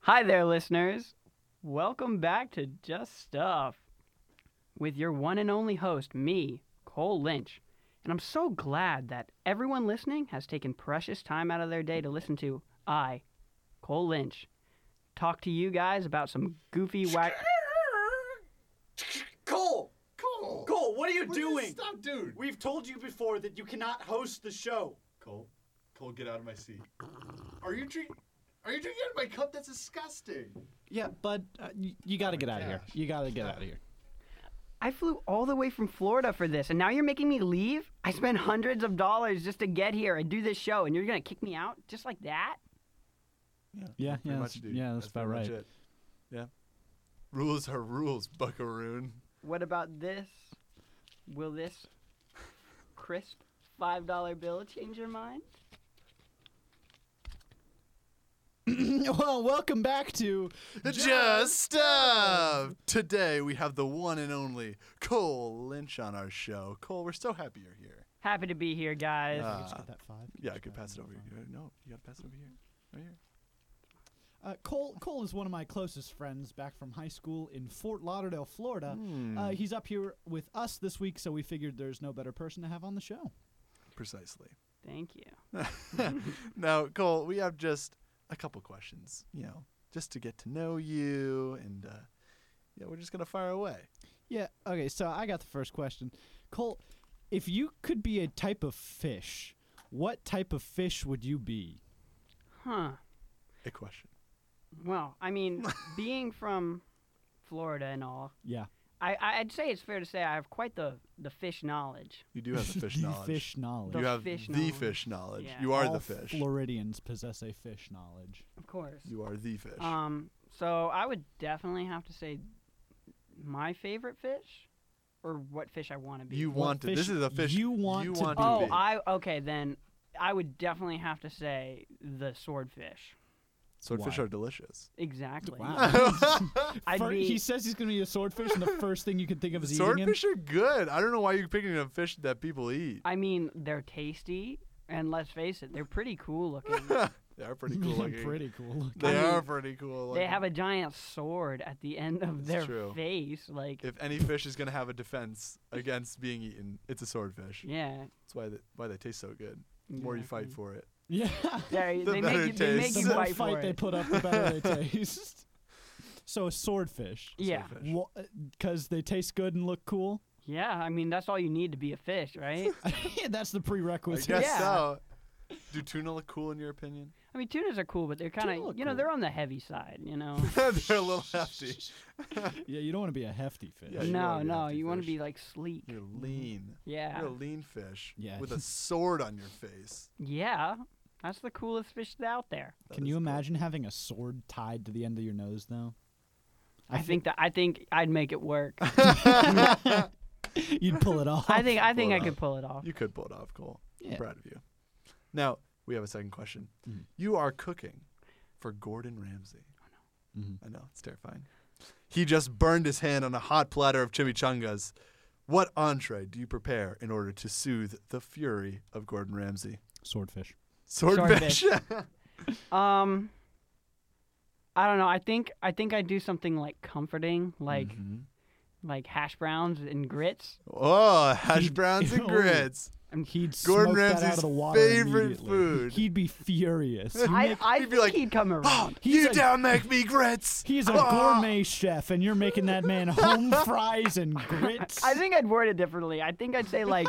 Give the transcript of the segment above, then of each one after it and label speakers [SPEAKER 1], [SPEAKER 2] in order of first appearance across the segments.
[SPEAKER 1] Hi there, listeners. Welcome back to Just Stuff with your one and only host, me, Cole Lynch. And I'm so glad that everyone listening has taken precious time out of their day to listen to I, Cole Lynch, talk to you guys about some goofy whack.
[SPEAKER 2] Cole!
[SPEAKER 3] Cole!
[SPEAKER 2] Cole, what are you
[SPEAKER 3] What is-
[SPEAKER 2] doing?
[SPEAKER 3] Stop, dude!
[SPEAKER 2] We've told you before that you cannot host the show.
[SPEAKER 3] Cole, Cole, get out of my seat. Are you drink? Are you drinking out of my cup? That's disgusting.
[SPEAKER 4] Yeah, bud, uh, you, you got to get out of here.
[SPEAKER 3] gosh.
[SPEAKER 4] You got to get out of here.
[SPEAKER 1] I flew all the way from Florida for this, and now you're making me leave? I spent hundreds of dollars just to get here and do this show, and you're going to kick me out just like that?
[SPEAKER 4] Yeah,
[SPEAKER 3] Pretty
[SPEAKER 4] yeah,
[SPEAKER 3] much,
[SPEAKER 4] that's,
[SPEAKER 3] dude.
[SPEAKER 4] yeah, that's, about
[SPEAKER 3] pretty
[SPEAKER 4] right.
[SPEAKER 3] much it. Yeah. Rules are rules, buckaroon.
[SPEAKER 1] What about this? Will this crisp five dollar bill change your mind?
[SPEAKER 4] well, welcome back to
[SPEAKER 3] Just stuff. Today we have the one and only Cole Lynch on our show. Cole, we're so happy you're here.
[SPEAKER 1] Happy to be here, guys.
[SPEAKER 3] Uh,
[SPEAKER 4] Just get that five.
[SPEAKER 3] Yeah, I could pass it over here. No, you gotta pass it over here. Right here.
[SPEAKER 4] Uh, Cole Cole is one of my closest friends back from high school in Fort Lauderdale, Florida. Uh, he's up here with us this week, so we figured there's no better person to have on the show.
[SPEAKER 3] Precisely.
[SPEAKER 1] Thank you.
[SPEAKER 3] Now, Cole, we have just a couple questions, you know, just to get to know you, and uh, yeah, we're just gonna fire away.
[SPEAKER 4] Yeah. Okay. So I got the first question, Cole. If you could be a type of fish, what type of fish would you be?
[SPEAKER 1] Huh.
[SPEAKER 3] A question.
[SPEAKER 1] Well, I mean, being from Florida and all,
[SPEAKER 4] Yeah.
[SPEAKER 1] I, I- I'd say it's fair to say I have quite the, the fish knowledge.
[SPEAKER 3] You do have the fish
[SPEAKER 4] The
[SPEAKER 3] knowledge.
[SPEAKER 4] Fish knowledge.
[SPEAKER 3] you
[SPEAKER 1] The
[SPEAKER 3] have
[SPEAKER 1] fish
[SPEAKER 3] the
[SPEAKER 1] knowledge.
[SPEAKER 3] fish knowledge.
[SPEAKER 1] Yeah.
[SPEAKER 3] You are
[SPEAKER 4] All
[SPEAKER 3] the fish.
[SPEAKER 4] Floridians possess a fish knowledge.
[SPEAKER 1] Of course.
[SPEAKER 3] you are the fish.
[SPEAKER 1] Um, so I would definitely have to say my favorite fish or what fish I want to be.
[SPEAKER 3] you
[SPEAKER 4] what
[SPEAKER 3] want to. This
[SPEAKER 4] fish
[SPEAKER 3] is a fish.
[SPEAKER 4] you want to be.
[SPEAKER 1] oh,
[SPEAKER 3] be.
[SPEAKER 1] I okay, then I would definitely have to say the swordfish.
[SPEAKER 3] Swordfish
[SPEAKER 4] Why?
[SPEAKER 3] are delicious.
[SPEAKER 1] Exactly.
[SPEAKER 4] Wow.
[SPEAKER 1] I'd
[SPEAKER 4] Fir-
[SPEAKER 1] be-
[SPEAKER 4] he says he's going to be a swordfish, and the first thing you can think of is eating him.
[SPEAKER 3] Swordfish are good. I don't know why you're picking a fish that people eat.
[SPEAKER 1] I mean, they're tasty, and let's face it, they're pretty cool looking.
[SPEAKER 3] they are pretty cool looking.
[SPEAKER 4] Pretty cool. looking.
[SPEAKER 3] They
[SPEAKER 1] I mean,
[SPEAKER 3] are pretty cool. Looking.
[SPEAKER 1] they have a giant sword at the end of
[SPEAKER 3] It's
[SPEAKER 1] their
[SPEAKER 3] true.
[SPEAKER 1] face, like
[SPEAKER 3] If any fish is gonna have a defense against being eaten, it's a swordfish.
[SPEAKER 1] yeah.
[SPEAKER 3] That's why they, why they taste so good. The more you fight
[SPEAKER 1] Exactly.
[SPEAKER 3] for it.
[SPEAKER 4] Yeah.
[SPEAKER 1] They,
[SPEAKER 3] The
[SPEAKER 1] they
[SPEAKER 3] better
[SPEAKER 1] make you, they make
[SPEAKER 3] taste.
[SPEAKER 4] the
[SPEAKER 1] you
[SPEAKER 4] more
[SPEAKER 1] fight
[SPEAKER 4] fight
[SPEAKER 1] for
[SPEAKER 4] they
[SPEAKER 1] it.
[SPEAKER 4] put up, the better they taste. So a swordfish.
[SPEAKER 1] yeah,
[SPEAKER 3] Swordfish.
[SPEAKER 4] Because they taste good and look cool.
[SPEAKER 1] yeah. I mean, that's all you need to be a fish, right?
[SPEAKER 4] Yeah, That's the
[SPEAKER 3] I
[SPEAKER 4] prerequisite.
[SPEAKER 3] guess
[SPEAKER 1] Yeah.
[SPEAKER 3] so. Do tuna look cool in your opinion?
[SPEAKER 1] I mean, tunas are cool, but they're kind
[SPEAKER 4] Tuna
[SPEAKER 1] of
[SPEAKER 4] look
[SPEAKER 1] you know
[SPEAKER 4] cool.
[SPEAKER 1] they're on the heavy side, you know.
[SPEAKER 3] They're a little hefty.
[SPEAKER 4] Yeah, you don't want to be a hefty fish.
[SPEAKER 3] Yeah, you
[SPEAKER 1] no,
[SPEAKER 3] wanna be a
[SPEAKER 1] no,
[SPEAKER 3] hefty
[SPEAKER 1] you want to
[SPEAKER 3] fish.
[SPEAKER 1] be like sleek.
[SPEAKER 3] You're lean.
[SPEAKER 1] Yeah,
[SPEAKER 3] You're a lean fish
[SPEAKER 4] Yeah.
[SPEAKER 3] with a sword on your face.
[SPEAKER 1] yeah. That's the coolest fish out there.
[SPEAKER 3] That
[SPEAKER 4] Can
[SPEAKER 3] is
[SPEAKER 4] you
[SPEAKER 3] cool.
[SPEAKER 4] imagine having a sword tied to the end of your nose, though?
[SPEAKER 1] I, think that I think I'd make it work.
[SPEAKER 4] you'd pull it off.
[SPEAKER 1] I think I think I
[SPEAKER 3] Hold
[SPEAKER 1] could
[SPEAKER 3] on.
[SPEAKER 1] pull it off.
[SPEAKER 3] You could pull it off, Cole. I'm
[SPEAKER 4] Yeah. Mm-hmm.
[SPEAKER 3] proud of you. Now, we have a second question. You are cooking for Gordon Ramsay.
[SPEAKER 4] Mm-hmm.
[SPEAKER 3] I know, it's terrifying. He just burned his hand on a hot platter of chimichangas. What entree do you prepare in order to soothe the fury of Gordon Ramsay?
[SPEAKER 4] Swordfish.
[SPEAKER 3] Swordfish.
[SPEAKER 1] Um, I don't know. I think I think I do something like comforting, like
[SPEAKER 3] Mm-hmm.
[SPEAKER 1] like hash browns and grits.
[SPEAKER 3] oh, hash
[SPEAKER 4] He-
[SPEAKER 3] browns and
[SPEAKER 4] Oh.
[SPEAKER 3] grits.
[SPEAKER 4] He'd
[SPEAKER 3] Gordon
[SPEAKER 4] smoke that out
[SPEAKER 3] Ramsay's
[SPEAKER 4] of the water
[SPEAKER 3] favorite
[SPEAKER 4] immediately.
[SPEAKER 3] food.
[SPEAKER 4] He'd be furious. He'd
[SPEAKER 1] I
[SPEAKER 4] make-
[SPEAKER 1] I
[SPEAKER 3] you'd be
[SPEAKER 1] think
[SPEAKER 3] like,
[SPEAKER 1] he'd come
[SPEAKER 3] Oh,
[SPEAKER 1] around.
[SPEAKER 4] He's
[SPEAKER 3] you
[SPEAKER 4] a-
[SPEAKER 3] don't make me grits.
[SPEAKER 4] he's a
[SPEAKER 3] Ah.
[SPEAKER 4] gourmet chef, and you're making that man home fries and grits.
[SPEAKER 1] I think I'd word it differently. I think I'd say like,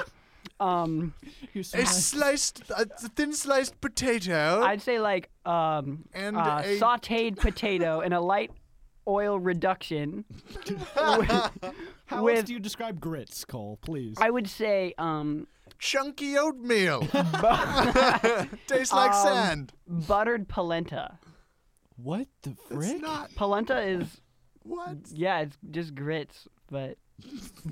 [SPEAKER 1] um,
[SPEAKER 4] You
[SPEAKER 3] A
[SPEAKER 4] smash-
[SPEAKER 3] sliced, a thin sliced potato.
[SPEAKER 1] I'd say like um,
[SPEAKER 3] And
[SPEAKER 1] uh,
[SPEAKER 3] a-
[SPEAKER 1] sautéed potato and a light oil reduction. With-
[SPEAKER 4] How else
[SPEAKER 1] with-
[SPEAKER 4] do you describe grits, Cole? Please.
[SPEAKER 1] I would say um,
[SPEAKER 3] chunky oatmeal. Tastes like
[SPEAKER 1] Um,
[SPEAKER 3] sand.
[SPEAKER 1] buttered polenta.
[SPEAKER 4] what the frick?
[SPEAKER 3] It's not
[SPEAKER 1] Polenta is
[SPEAKER 3] what
[SPEAKER 1] yeah, it's just grits, but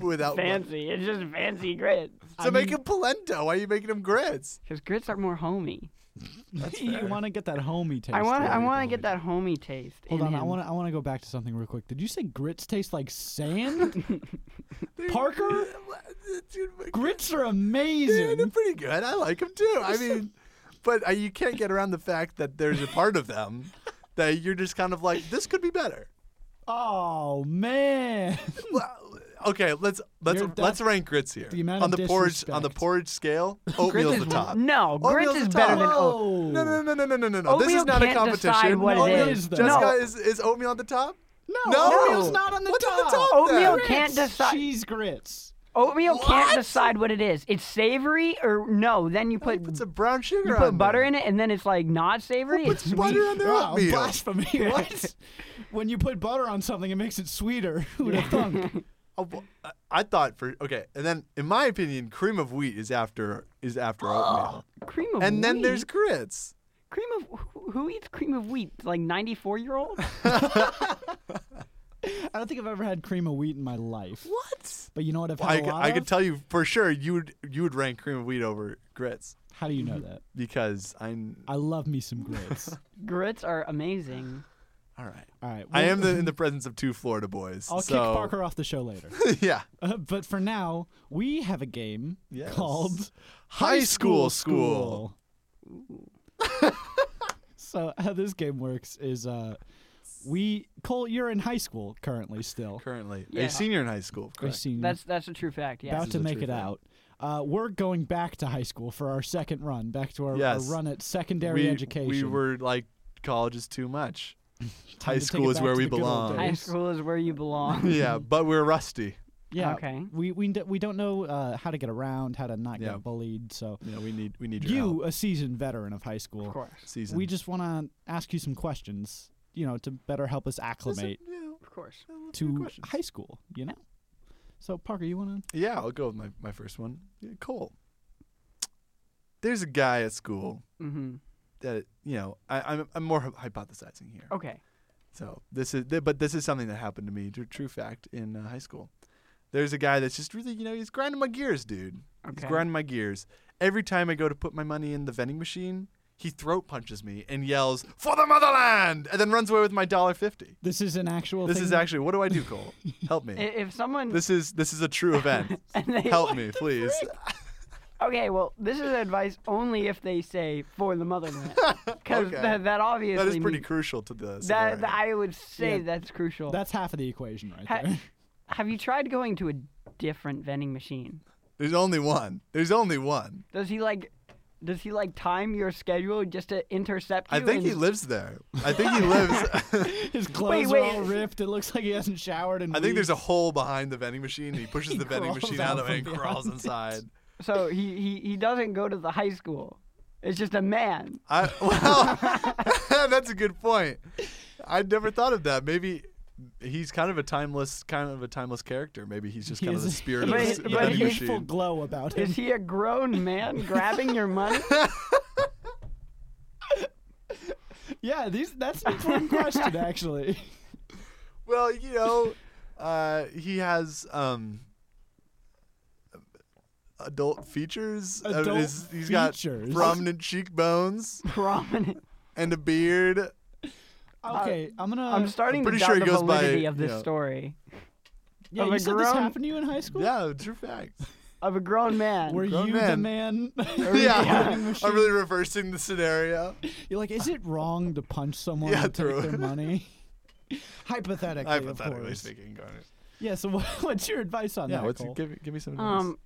[SPEAKER 3] without butter.
[SPEAKER 1] fancy. It's just fancy grits.
[SPEAKER 3] So make him polenta. Why are you making him grits?
[SPEAKER 1] Because grits are more homey.
[SPEAKER 4] you want to get that homey taste.
[SPEAKER 1] I want
[SPEAKER 4] to
[SPEAKER 1] I
[SPEAKER 4] it,
[SPEAKER 1] want
[SPEAKER 4] homie.
[SPEAKER 1] to get that homey taste.
[SPEAKER 4] Hold
[SPEAKER 1] in
[SPEAKER 4] on, I
[SPEAKER 1] him.
[SPEAKER 4] want to I want to go back to something real quick. Did you say grits taste like sand? Parker, grits are
[SPEAKER 3] Yeah, they're
[SPEAKER 4] amazing.
[SPEAKER 3] pretty good. I like them too. I mean, but uh, you can't get around the fact that there's a part of them that you're just kind of like, this could be better.
[SPEAKER 4] Oh man.
[SPEAKER 3] Well, okay, let's let's
[SPEAKER 4] You're def-
[SPEAKER 3] let's rank grits here
[SPEAKER 4] The amount
[SPEAKER 3] on
[SPEAKER 4] of
[SPEAKER 3] the porridge on the
[SPEAKER 4] disrespect.
[SPEAKER 3] porridge scale.
[SPEAKER 1] Grits
[SPEAKER 3] Oatmeal's
[SPEAKER 1] is
[SPEAKER 3] the top.
[SPEAKER 1] No,
[SPEAKER 3] Oatmeal's
[SPEAKER 1] grits
[SPEAKER 3] the
[SPEAKER 1] is better than
[SPEAKER 3] top.
[SPEAKER 1] oat.
[SPEAKER 4] Oh.
[SPEAKER 3] No, no, no, no, no, no, no, no. This
[SPEAKER 1] Oatmeal
[SPEAKER 3] is not a
[SPEAKER 1] can't decide
[SPEAKER 3] competition.
[SPEAKER 1] what
[SPEAKER 4] it
[SPEAKER 3] Oatmeal-
[SPEAKER 4] is, though.
[SPEAKER 3] Jessica,
[SPEAKER 1] No.
[SPEAKER 3] is, is oatmeal on the top?
[SPEAKER 4] No,
[SPEAKER 3] No.
[SPEAKER 4] oatmeal's not on the
[SPEAKER 3] What's on
[SPEAKER 4] top.
[SPEAKER 3] the top?
[SPEAKER 1] Oatmeal
[SPEAKER 3] Grits,
[SPEAKER 1] can't decide.
[SPEAKER 4] Cheese grits.
[SPEAKER 1] Oatmeal can't
[SPEAKER 3] What?
[SPEAKER 1] decide what it is. It's savory or no. Then you
[SPEAKER 3] He
[SPEAKER 1] put
[SPEAKER 3] puts a brown sugar
[SPEAKER 1] you
[SPEAKER 3] on
[SPEAKER 1] put butter
[SPEAKER 3] there.
[SPEAKER 1] in it, and then it's like not savory.
[SPEAKER 3] Who
[SPEAKER 1] It's
[SPEAKER 3] puts butter
[SPEAKER 1] sweet.
[SPEAKER 3] on their
[SPEAKER 4] wow,
[SPEAKER 3] oatmeal?
[SPEAKER 4] blasphemy! What? when you put butter on something, it makes it sweeter. Who would have thunk?
[SPEAKER 3] Oh, well, I- I thought for okay, and then in my opinion, cream of wheat is after is after oatmeal,
[SPEAKER 1] cream of
[SPEAKER 3] and then
[SPEAKER 1] wheat?
[SPEAKER 3] there's grits.
[SPEAKER 1] cream of who, who eats cream of wheat? Like ninety four year old.
[SPEAKER 4] I don't think I've ever had cream of wheat in my life.
[SPEAKER 3] What?
[SPEAKER 4] But you know what I've
[SPEAKER 3] I,
[SPEAKER 4] had a
[SPEAKER 3] c-
[SPEAKER 4] lot
[SPEAKER 3] I
[SPEAKER 4] of?
[SPEAKER 3] could tell you for sure you would you would rank cream of wheat over grits
[SPEAKER 4] How do you know that?
[SPEAKER 3] because I'm
[SPEAKER 4] I love me some grits.
[SPEAKER 1] Grits are
[SPEAKER 3] Mm.
[SPEAKER 1] amazing.
[SPEAKER 3] all right.
[SPEAKER 4] All right.
[SPEAKER 3] I
[SPEAKER 4] well,
[SPEAKER 3] am the, in the presence of two Florida boys.
[SPEAKER 4] I'll
[SPEAKER 3] so,
[SPEAKER 4] kick Parker off the show later.
[SPEAKER 3] yeah.
[SPEAKER 4] Uh, but for now, we have a game
[SPEAKER 3] Yes.
[SPEAKER 4] called
[SPEAKER 3] High School School.
[SPEAKER 4] School. so how this game works is uh, we Cole, you're in high school currently still.
[SPEAKER 3] Currently,
[SPEAKER 1] Yeah.
[SPEAKER 3] a senior in high school.
[SPEAKER 4] Or
[SPEAKER 3] Correct.
[SPEAKER 4] senior.
[SPEAKER 1] That's that's a true fact. Yeah.
[SPEAKER 4] about
[SPEAKER 3] is
[SPEAKER 4] to
[SPEAKER 3] the
[SPEAKER 4] make
[SPEAKER 3] truth,
[SPEAKER 4] it
[SPEAKER 3] yeah.
[SPEAKER 4] out. Uh, we're going back to high school for our second run, back to our, our
[SPEAKER 3] Yes.
[SPEAKER 4] run at secondary
[SPEAKER 3] we,
[SPEAKER 4] education.
[SPEAKER 3] we were like college is too much.
[SPEAKER 4] Time
[SPEAKER 3] high
[SPEAKER 4] to take
[SPEAKER 3] school
[SPEAKER 4] it
[SPEAKER 3] is
[SPEAKER 4] back
[SPEAKER 3] where
[SPEAKER 4] to
[SPEAKER 3] we
[SPEAKER 4] the good old
[SPEAKER 3] belong.
[SPEAKER 1] High
[SPEAKER 4] days.
[SPEAKER 1] school is where you belong.
[SPEAKER 3] yeah, but we're rusty.
[SPEAKER 4] yeah.
[SPEAKER 1] Okay.
[SPEAKER 4] We we d- we don't know uh, how to get around, how to not
[SPEAKER 3] Yeah.
[SPEAKER 4] get bullied. So
[SPEAKER 3] Yeah, we need we need your
[SPEAKER 4] you,
[SPEAKER 3] help.
[SPEAKER 4] a seasoned veteran of high school,
[SPEAKER 1] Of course.
[SPEAKER 3] Season.
[SPEAKER 4] we just want to ask you some questions, you know, to better help us
[SPEAKER 3] Listen,
[SPEAKER 4] acclimate
[SPEAKER 3] you know,
[SPEAKER 1] Of course.
[SPEAKER 3] a few
[SPEAKER 4] to
[SPEAKER 3] questions.
[SPEAKER 4] high school, you know. So Parker, you want to?
[SPEAKER 3] Yeah, I'll go with my, my first one. Yeah, Cole. There's a guy at school
[SPEAKER 1] hmm
[SPEAKER 3] that you know. I, I'm I'm more hypothesizing here.
[SPEAKER 1] Okay.
[SPEAKER 3] So this is, th- but this is something that happened to me. True, true fact in uh, high school. There's a guy that's just really, you know, he's grinding my gears, dude.
[SPEAKER 1] Okay.
[SPEAKER 3] He's grinding my gears. Every time I go to put my money in the vending machine, he throat punches me and yells for the motherland, and then runs away with my dollar fifty.
[SPEAKER 4] This is an actual.
[SPEAKER 3] This
[SPEAKER 4] thing
[SPEAKER 3] is
[SPEAKER 4] that-
[SPEAKER 3] actually what do I do, Cole? Help
[SPEAKER 1] I-
[SPEAKER 3] me.
[SPEAKER 1] If someone
[SPEAKER 3] This is this is a true event.
[SPEAKER 1] and they,
[SPEAKER 3] Help me, please.
[SPEAKER 1] Okay, well, this is advice only if they say for the motherland, because
[SPEAKER 3] Okay.
[SPEAKER 1] that, that obviously
[SPEAKER 3] That is pretty
[SPEAKER 1] means-
[SPEAKER 3] crucial to this.
[SPEAKER 1] that, that- I would say
[SPEAKER 4] Yeah.
[SPEAKER 1] that's crucial.
[SPEAKER 4] That's half of the equation right
[SPEAKER 1] Ha-
[SPEAKER 4] there.
[SPEAKER 1] Have you tried going to a different vending machine?
[SPEAKER 3] There's only one. There's only one.
[SPEAKER 1] Does he like? Does he like time your schedule just to intercept you?
[SPEAKER 3] I think he
[SPEAKER 1] and-
[SPEAKER 3] lives there. I think he lives.
[SPEAKER 4] His clothes are
[SPEAKER 1] wait.
[SPEAKER 4] all ripped. It looks like he hasn't showered in
[SPEAKER 3] I think there's a
[SPEAKER 4] weeks.
[SPEAKER 3] hole behind the vending machine. And he pushes
[SPEAKER 4] He
[SPEAKER 3] the vending
[SPEAKER 4] crawls
[SPEAKER 3] machine out
[SPEAKER 4] out
[SPEAKER 3] of it and
[SPEAKER 4] from
[SPEAKER 3] crawls
[SPEAKER 4] behind it.
[SPEAKER 3] inside.
[SPEAKER 1] So he, he he doesn't go to the high school. It's just a man.
[SPEAKER 3] I well, that's a good point. I never thought of that. Maybe he's kind of a timeless, kind of a timeless character. Maybe he's just
[SPEAKER 4] He
[SPEAKER 3] kind of
[SPEAKER 4] is
[SPEAKER 3] the
[SPEAKER 4] a-
[SPEAKER 3] spirit
[SPEAKER 4] he
[SPEAKER 3] of
[SPEAKER 4] is
[SPEAKER 3] this
[SPEAKER 4] a-
[SPEAKER 1] but
[SPEAKER 3] vending
[SPEAKER 4] he has a full
[SPEAKER 3] machine.
[SPEAKER 4] glow about him.
[SPEAKER 1] Is he a grown man grabbing your money?
[SPEAKER 4] Yeah, these that's an important question actually.
[SPEAKER 3] Well, you know, uh, he has um, adult features. I mean,
[SPEAKER 4] Adult
[SPEAKER 3] he's- he's got
[SPEAKER 4] features.
[SPEAKER 3] prominent cheekbones
[SPEAKER 1] Prominent.
[SPEAKER 3] and a beard.
[SPEAKER 4] Okay, I'm gonna.
[SPEAKER 1] I'm starting to
[SPEAKER 3] pretty
[SPEAKER 1] doubt
[SPEAKER 3] sure he
[SPEAKER 1] the
[SPEAKER 3] goes by,
[SPEAKER 1] validity of
[SPEAKER 3] you
[SPEAKER 1] this
[SPEAKER 3] know-
[SPEAKER 1] story
[SPEAKER 4] Yeah,
[SPEAKER 1] I'm
[SPEAKER 4] you
[SPEAKER 1] a
[SPEAKER 4] said this
[SPEAKER 1] grown-
[SPEAKER 4] happened to you in high school.
[SPEAKER 3] Yeah, true fact.
[SPEAKER 1] of a grown man.
[SPEAKER 4] Were
[SPEAKER 3] grown
[SPEAKER 4] you the man?
[SPEAKER 3] yeah,
[SPEAKER 4] vending
[SPEAKER 3] I'm really reversing the scenario.
[SPEAKER 4] You're like, is it wrong to punch someone
[SPEAKER 3] Yeah,
[SPEAKER 4] to take
[SPEAKER 3] true.
[SPEAKER 4] their money? Hypothetically, of
[SPEAKER 3] Hypothetically
[SPEAKER 4] course.
[SPEAKER 3] speaking, going.
[SPEAKER 4] Yeah. So what, what's your advice on
[SPEAKER 3] Yeah,
[SPEAKER 4] that?
[SPEAKER 3] what's
[SPEAKER 4] Cole?
[SPEAKER 3] give, me- give me some advice.
[SPEAKER 1] Um,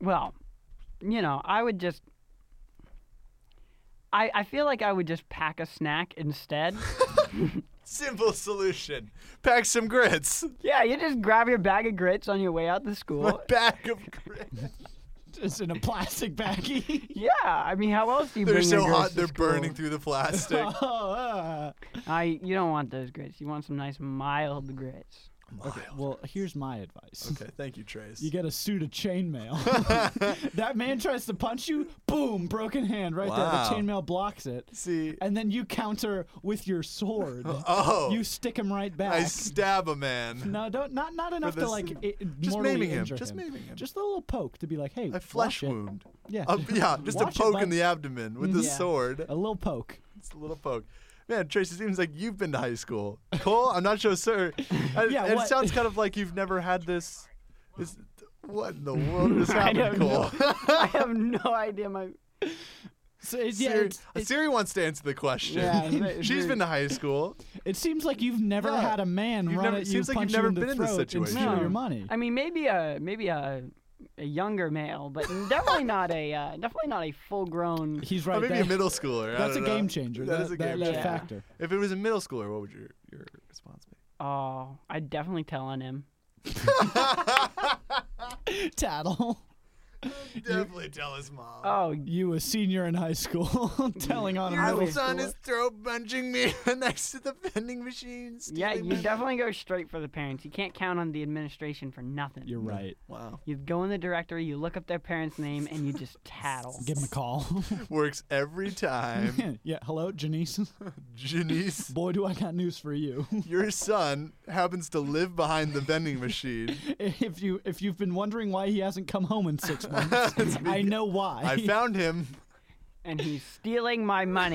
[SPEAKER 1] well, you know, I would just. I, I feel like I would just pack a snack instead.
[SPEAKER 3] Simple solution: pack some grits.
[SPEAKER 1] yeah, you just grab your bag of grits on your way out to
[SPEAKER 3] My
[SPEAKER 1] school.
[SPEAKER 3] bag of grits.
[SPEAKER 4] Just in a plastic baggie.
[SPEAKER 1] Yeah, I mean, how else do you
[SPEAKER 3] They're
[SPEAKER 1] bring
[SPEAKER 3] so
[SPEAKER 1] your grits
[SPEAKER 3] hot,
[SPEAKER 1] to
[SPEAKER 3] they're
[SPEAKER 1] school?
[SPEAKER 3] burning through the plastic.
[SPEAKER 4] oh, uh.
[SPEAKER 1] I you don't want those grits. You want some nice mild grits.
[SPEAKER 3] okay.
[SPEAKER 4] Well, here's my advice.
[SPEAKER 3] okay, thank you, Trace.
[SPEAKER 4] You get a suit of chainmail. that man tries to punch you, boom, broken hand right
[SPEAKER 3] Wow.
[SPEAKER 4] there. The chainmail blocks it.
[SPEAKER 3] See,
[SPEAKER 4] And then you counter with your sword.
[SPEAKER 3] oh,
[SPEAKER 4] You stick him right back.
[SPEAKER 3] I stab a man.
[SPEAKER 4] no, don't not not enough to
[SPEAKER 3] this-
[SPEAKER 4] like i-
[SPEAKER 3] just
[SPEAKER 4] mortally
[SPEAKER 3] maiming him.
[SPEAKER 4] injure
[SPEAKER 3] Just maiming him.
[SPEAKER 4] Just a little poke to be like, hey,
[SPEAKER 3] a flesh
[SPEAKER 4] watch it.
[SPEAKER 3] wound.
[SPEAKER 4] Yeah,
[SPEAKER 3] Uh, yeah, just
[SPEAKER 4] Watch it,
[SPEAKER 3] a poke
[SPEAKER 4] bud. Mm-hmm.
[SPEAKER 3] in the abdomen with the
[SPEAKER 4] Yeah.
[SPEAKER 3] sword.
[SPEAKER 4] a little poke.
[SPEAKER 3] It's a little poke. Man, Trace, it seems like you've been to high school. Cole, I'm not sure, sir. I,
[SPEAKER 4] Yeah,
[SPEAKER 3] it
[SPEAKER 4] what-
[SPEAKER 3] sounds kind of like you've never had this. This, what in the world just
[SPEAKER 1] I don't
[SPEAKER 3] happened, Cole?
[SPEAKER 1] know. I have no idea. My
[SPEAKER 4] So it, yeah,
[SPEAKER 3] Siri,
[SPEAKER 4] it's-
[SPEAKER 3] uh,
[SPEAKER 4] it,
[SPEAKER 3] Siri wants to answer the question.
[SPEAKER 4] Yeah, it's-
[SPEAKER 3] She's been to high school.
[SPEAKER 4] it seems like you've never
[SPEAKER 3] Yeah.
[SPEAKER 4] had a man
[SPEAKER 3] You've
[SPEAKER 4] run
[SPEAKER 3] never-
[SPEAKER 4] at you,
[SPEAKER 3] seems like you've
[SPEAKER 4] punch
[SPEAKER 3] never
[SPEAKER 4] you in the
[SPEAKER 3] been in this
[SPEAKER 4] throat, and
[SPEAKER 3] situation.
[SPEAKER 4] steal
[SPEAKER 1] No.
[SPEAKER 4] your money.
[SPEAKER 1] I mean, maybe a maybe a a younger male, but definitely not a uh, definitely not a full grown.
[SPEAKER 4] He's
[SPEAKER 3] Or
[SPEAKER 4] right.
[SPEAKER 3] maybe
[SPEAKER 4] there.
[SPEAKER 3] a middle schooler. I
[SPEAKER 4] That's a
[SPEAKER 3] don't know.
[SPEAKER 4] game changer.
[SPEAKER 3] That is a game
[SPEAKER 1] that
[SPEAKER 3] changer.
[SPEAKER 1] fact-
[SPEAKER 4] factor.
[SPEAKER 3] If it was a middle schooler, what would your your response be?
[SPEAKER 1] Oh, I'd definitely tell on him.
[SPEAKER 4] Tattle.
[SPEAKER 3] Definitely tell his mom.
[SPEAKER 1] Oh,
[SPEAKER 4] You, a senior in high school, telling on
[SPEAKER 3] Your
[SPEAKER 4] a middle
[SPEAKER 3] son
[SPEAKER 4] schooler.
[SPEAKER 3] is throat punching me next to the vending machine.
[SPEAKER 1] yeah,
[SPEAKER 3] stealing
[SPEAKER 1] you
[SPEAKER 3] my-
[SPEAKER 1] definitely go straight for the parents. You can't count on the administration for nothing.
[SPEAKER 4] You're right.
[SPEAKER 3] Wow.
[SPEAKER 1] You go in the directory, you look up their parents' name, and you just tattle.
[SPEAKER 4] Give him a call.
[SPEAKER 3] Works every time.
[SPEAKER 4] yeah. Hello, Janice.
[SPEAKER 3] Janice,
[SPEAKER 4] Boy, do I got news for you.
[SPEAKER 3] your son happens to live behind the vending machine.
[SPEAKER 4] if you if you've been wondering why he hasn't come home in six months, I know why.
[SPEAKER 3] I found him.
[SPEAKER 1] and he's stealing my money.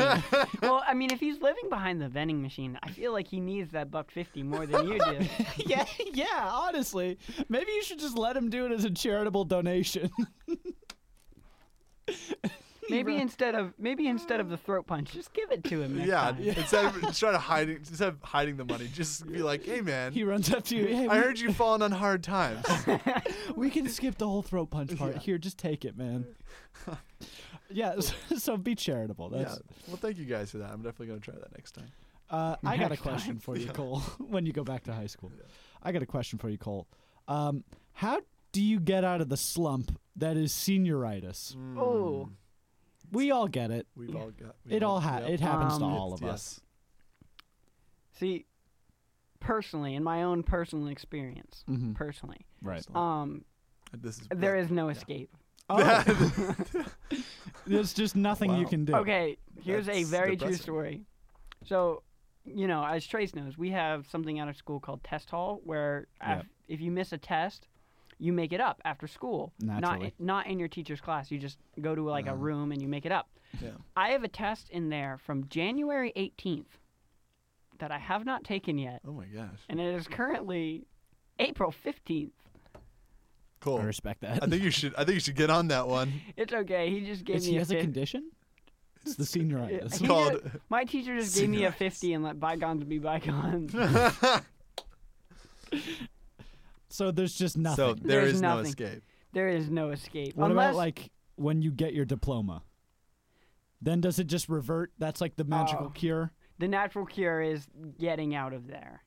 [SPEAKER 1] well, I mean, if he's living behind the vending machine, I feel like he needs that buck fifty more than you do.
[SPEAKER 4] yeah, yeah. Honestly, maybe you should just let him do it as a charitable donation.
[SPEAKER 1] Maybe instead of maybe instead of the throat punch, just give it to him. Next
[SPEAKER 3] Yeah,
[SPEAKER 1] time.
[SPEAKER 3] instead of trying to hide, it- instead of hiding the money, just be like, "Hey, man,
[SPEAKER 4] he runs up to you. Hey,
[SPEAKER 3] I
[SPEAKER 4] we,
[SPEAKER 3] heard you fallen on hard times.
[SPEAKER 4] we can skip the whole throat punch part. Here, just take it, man. yeah. So, so be charitable.
[SPEAKER 3] yeah.
[SPEAKER 4] That's.
[SPEAKER 3] Well, thank you guys for that. I'm definitely gonna try that next time.
[SPEAKER 4] Uh, I got a
[SPEAKER 1] Next time.
[SPEAKER 4] question for you, Cole. when you go back to high school, I got a question for you, Cole. Um, how do you get out of the slump that is senioritis?
[SPEAKER 1] Oh,
[SPEAKER 4] We all get it.
[SPEAKER 3] We've all got we
[SPEAKER 4] It all ha-
[SPEAKER 3] yep.
[SPEAKER 4] it happens to
[SPEAKER 1] Um,
[SPEAKER 4] all of
[SPEAKER 3] Yes.
[SPEAKER 4] us.
[SPEAKER 1] see, personally, in my own personal experience,
[SPEAKER 4] Mhm.
[SPEAKER 1] personally,
[SPEAKER 4] Right.
[SPEAKER 1] um,
[SPEAKER 3] This is
[SPEAKER 1] there is no escape.
[SPEAKER 4] Oh. There's just nothing you
[SPEAKER 3] Wow.
[SPEAKER 4] can do.
[SPEAKER 1] Okay, here's a
[SPEAKER 3] That's
[SPEAKER 1] very true
[SPEAKER 3] depressing.
[SPEAKER 1] story. So, you know, as Trace knows, we have something out of school called test hall, where
[SPEAKER 4] Yeah.
[SPEAKER 1] af- if you miss a test, you make it up after school.
[SPEAKER 4] Naturally. Uh-huh.
[SPEAKER 1] Not not in your teacher's class. You just go to like a room and you make it up.
[SPEAKER 3] Yeah.
[SPEAKER 1] I have a test in there from January 18th that I have not taken yet,
[SPEAKER 3] Oh my gosh.
[SPEAKER 1] and it is currently April 15th.
[SPEAKER 3] Cool.
[SPEAKER 4] I respect that.
[SPEAKER 3] I think you should. I think you should get on that one.
[SPEAKER 1] It's okay. He just gave
[SPEAKER 4] Is
[SPEAKER 1] me
[SPEAKER 4] he has a
[SPEAKER 1] fif-
[SPEAKER 4] condition? It's the senioritis.
[SPEAKER 1] He
[SPEAKER 3] called-
[SPEAKER 1] did- my teacher just gave me a 50 and let bygones be bygones.
[SPEAKER 4] So there's just
[SPEAKER 3] So
[SPEAKER 4] nothing.
[SPEAKER 3] there
[SPEAKER 1] There's
[SPEAKER 3] is no
[SPEAKER 1] nothing.
[SPEAKER 3] escape.
[SPEAKER 1] There is no escape.
[SPEAKER 4] what
[SPEAKER 1] Unless,
[SPEAKER 4] about like when you get your diploma? Then does it just revert? That's like the magical
[SPEAKER 1] Oh.
[SPEAKER 4] cure.
[SPEAKER 1] the natural cure is getting out of there.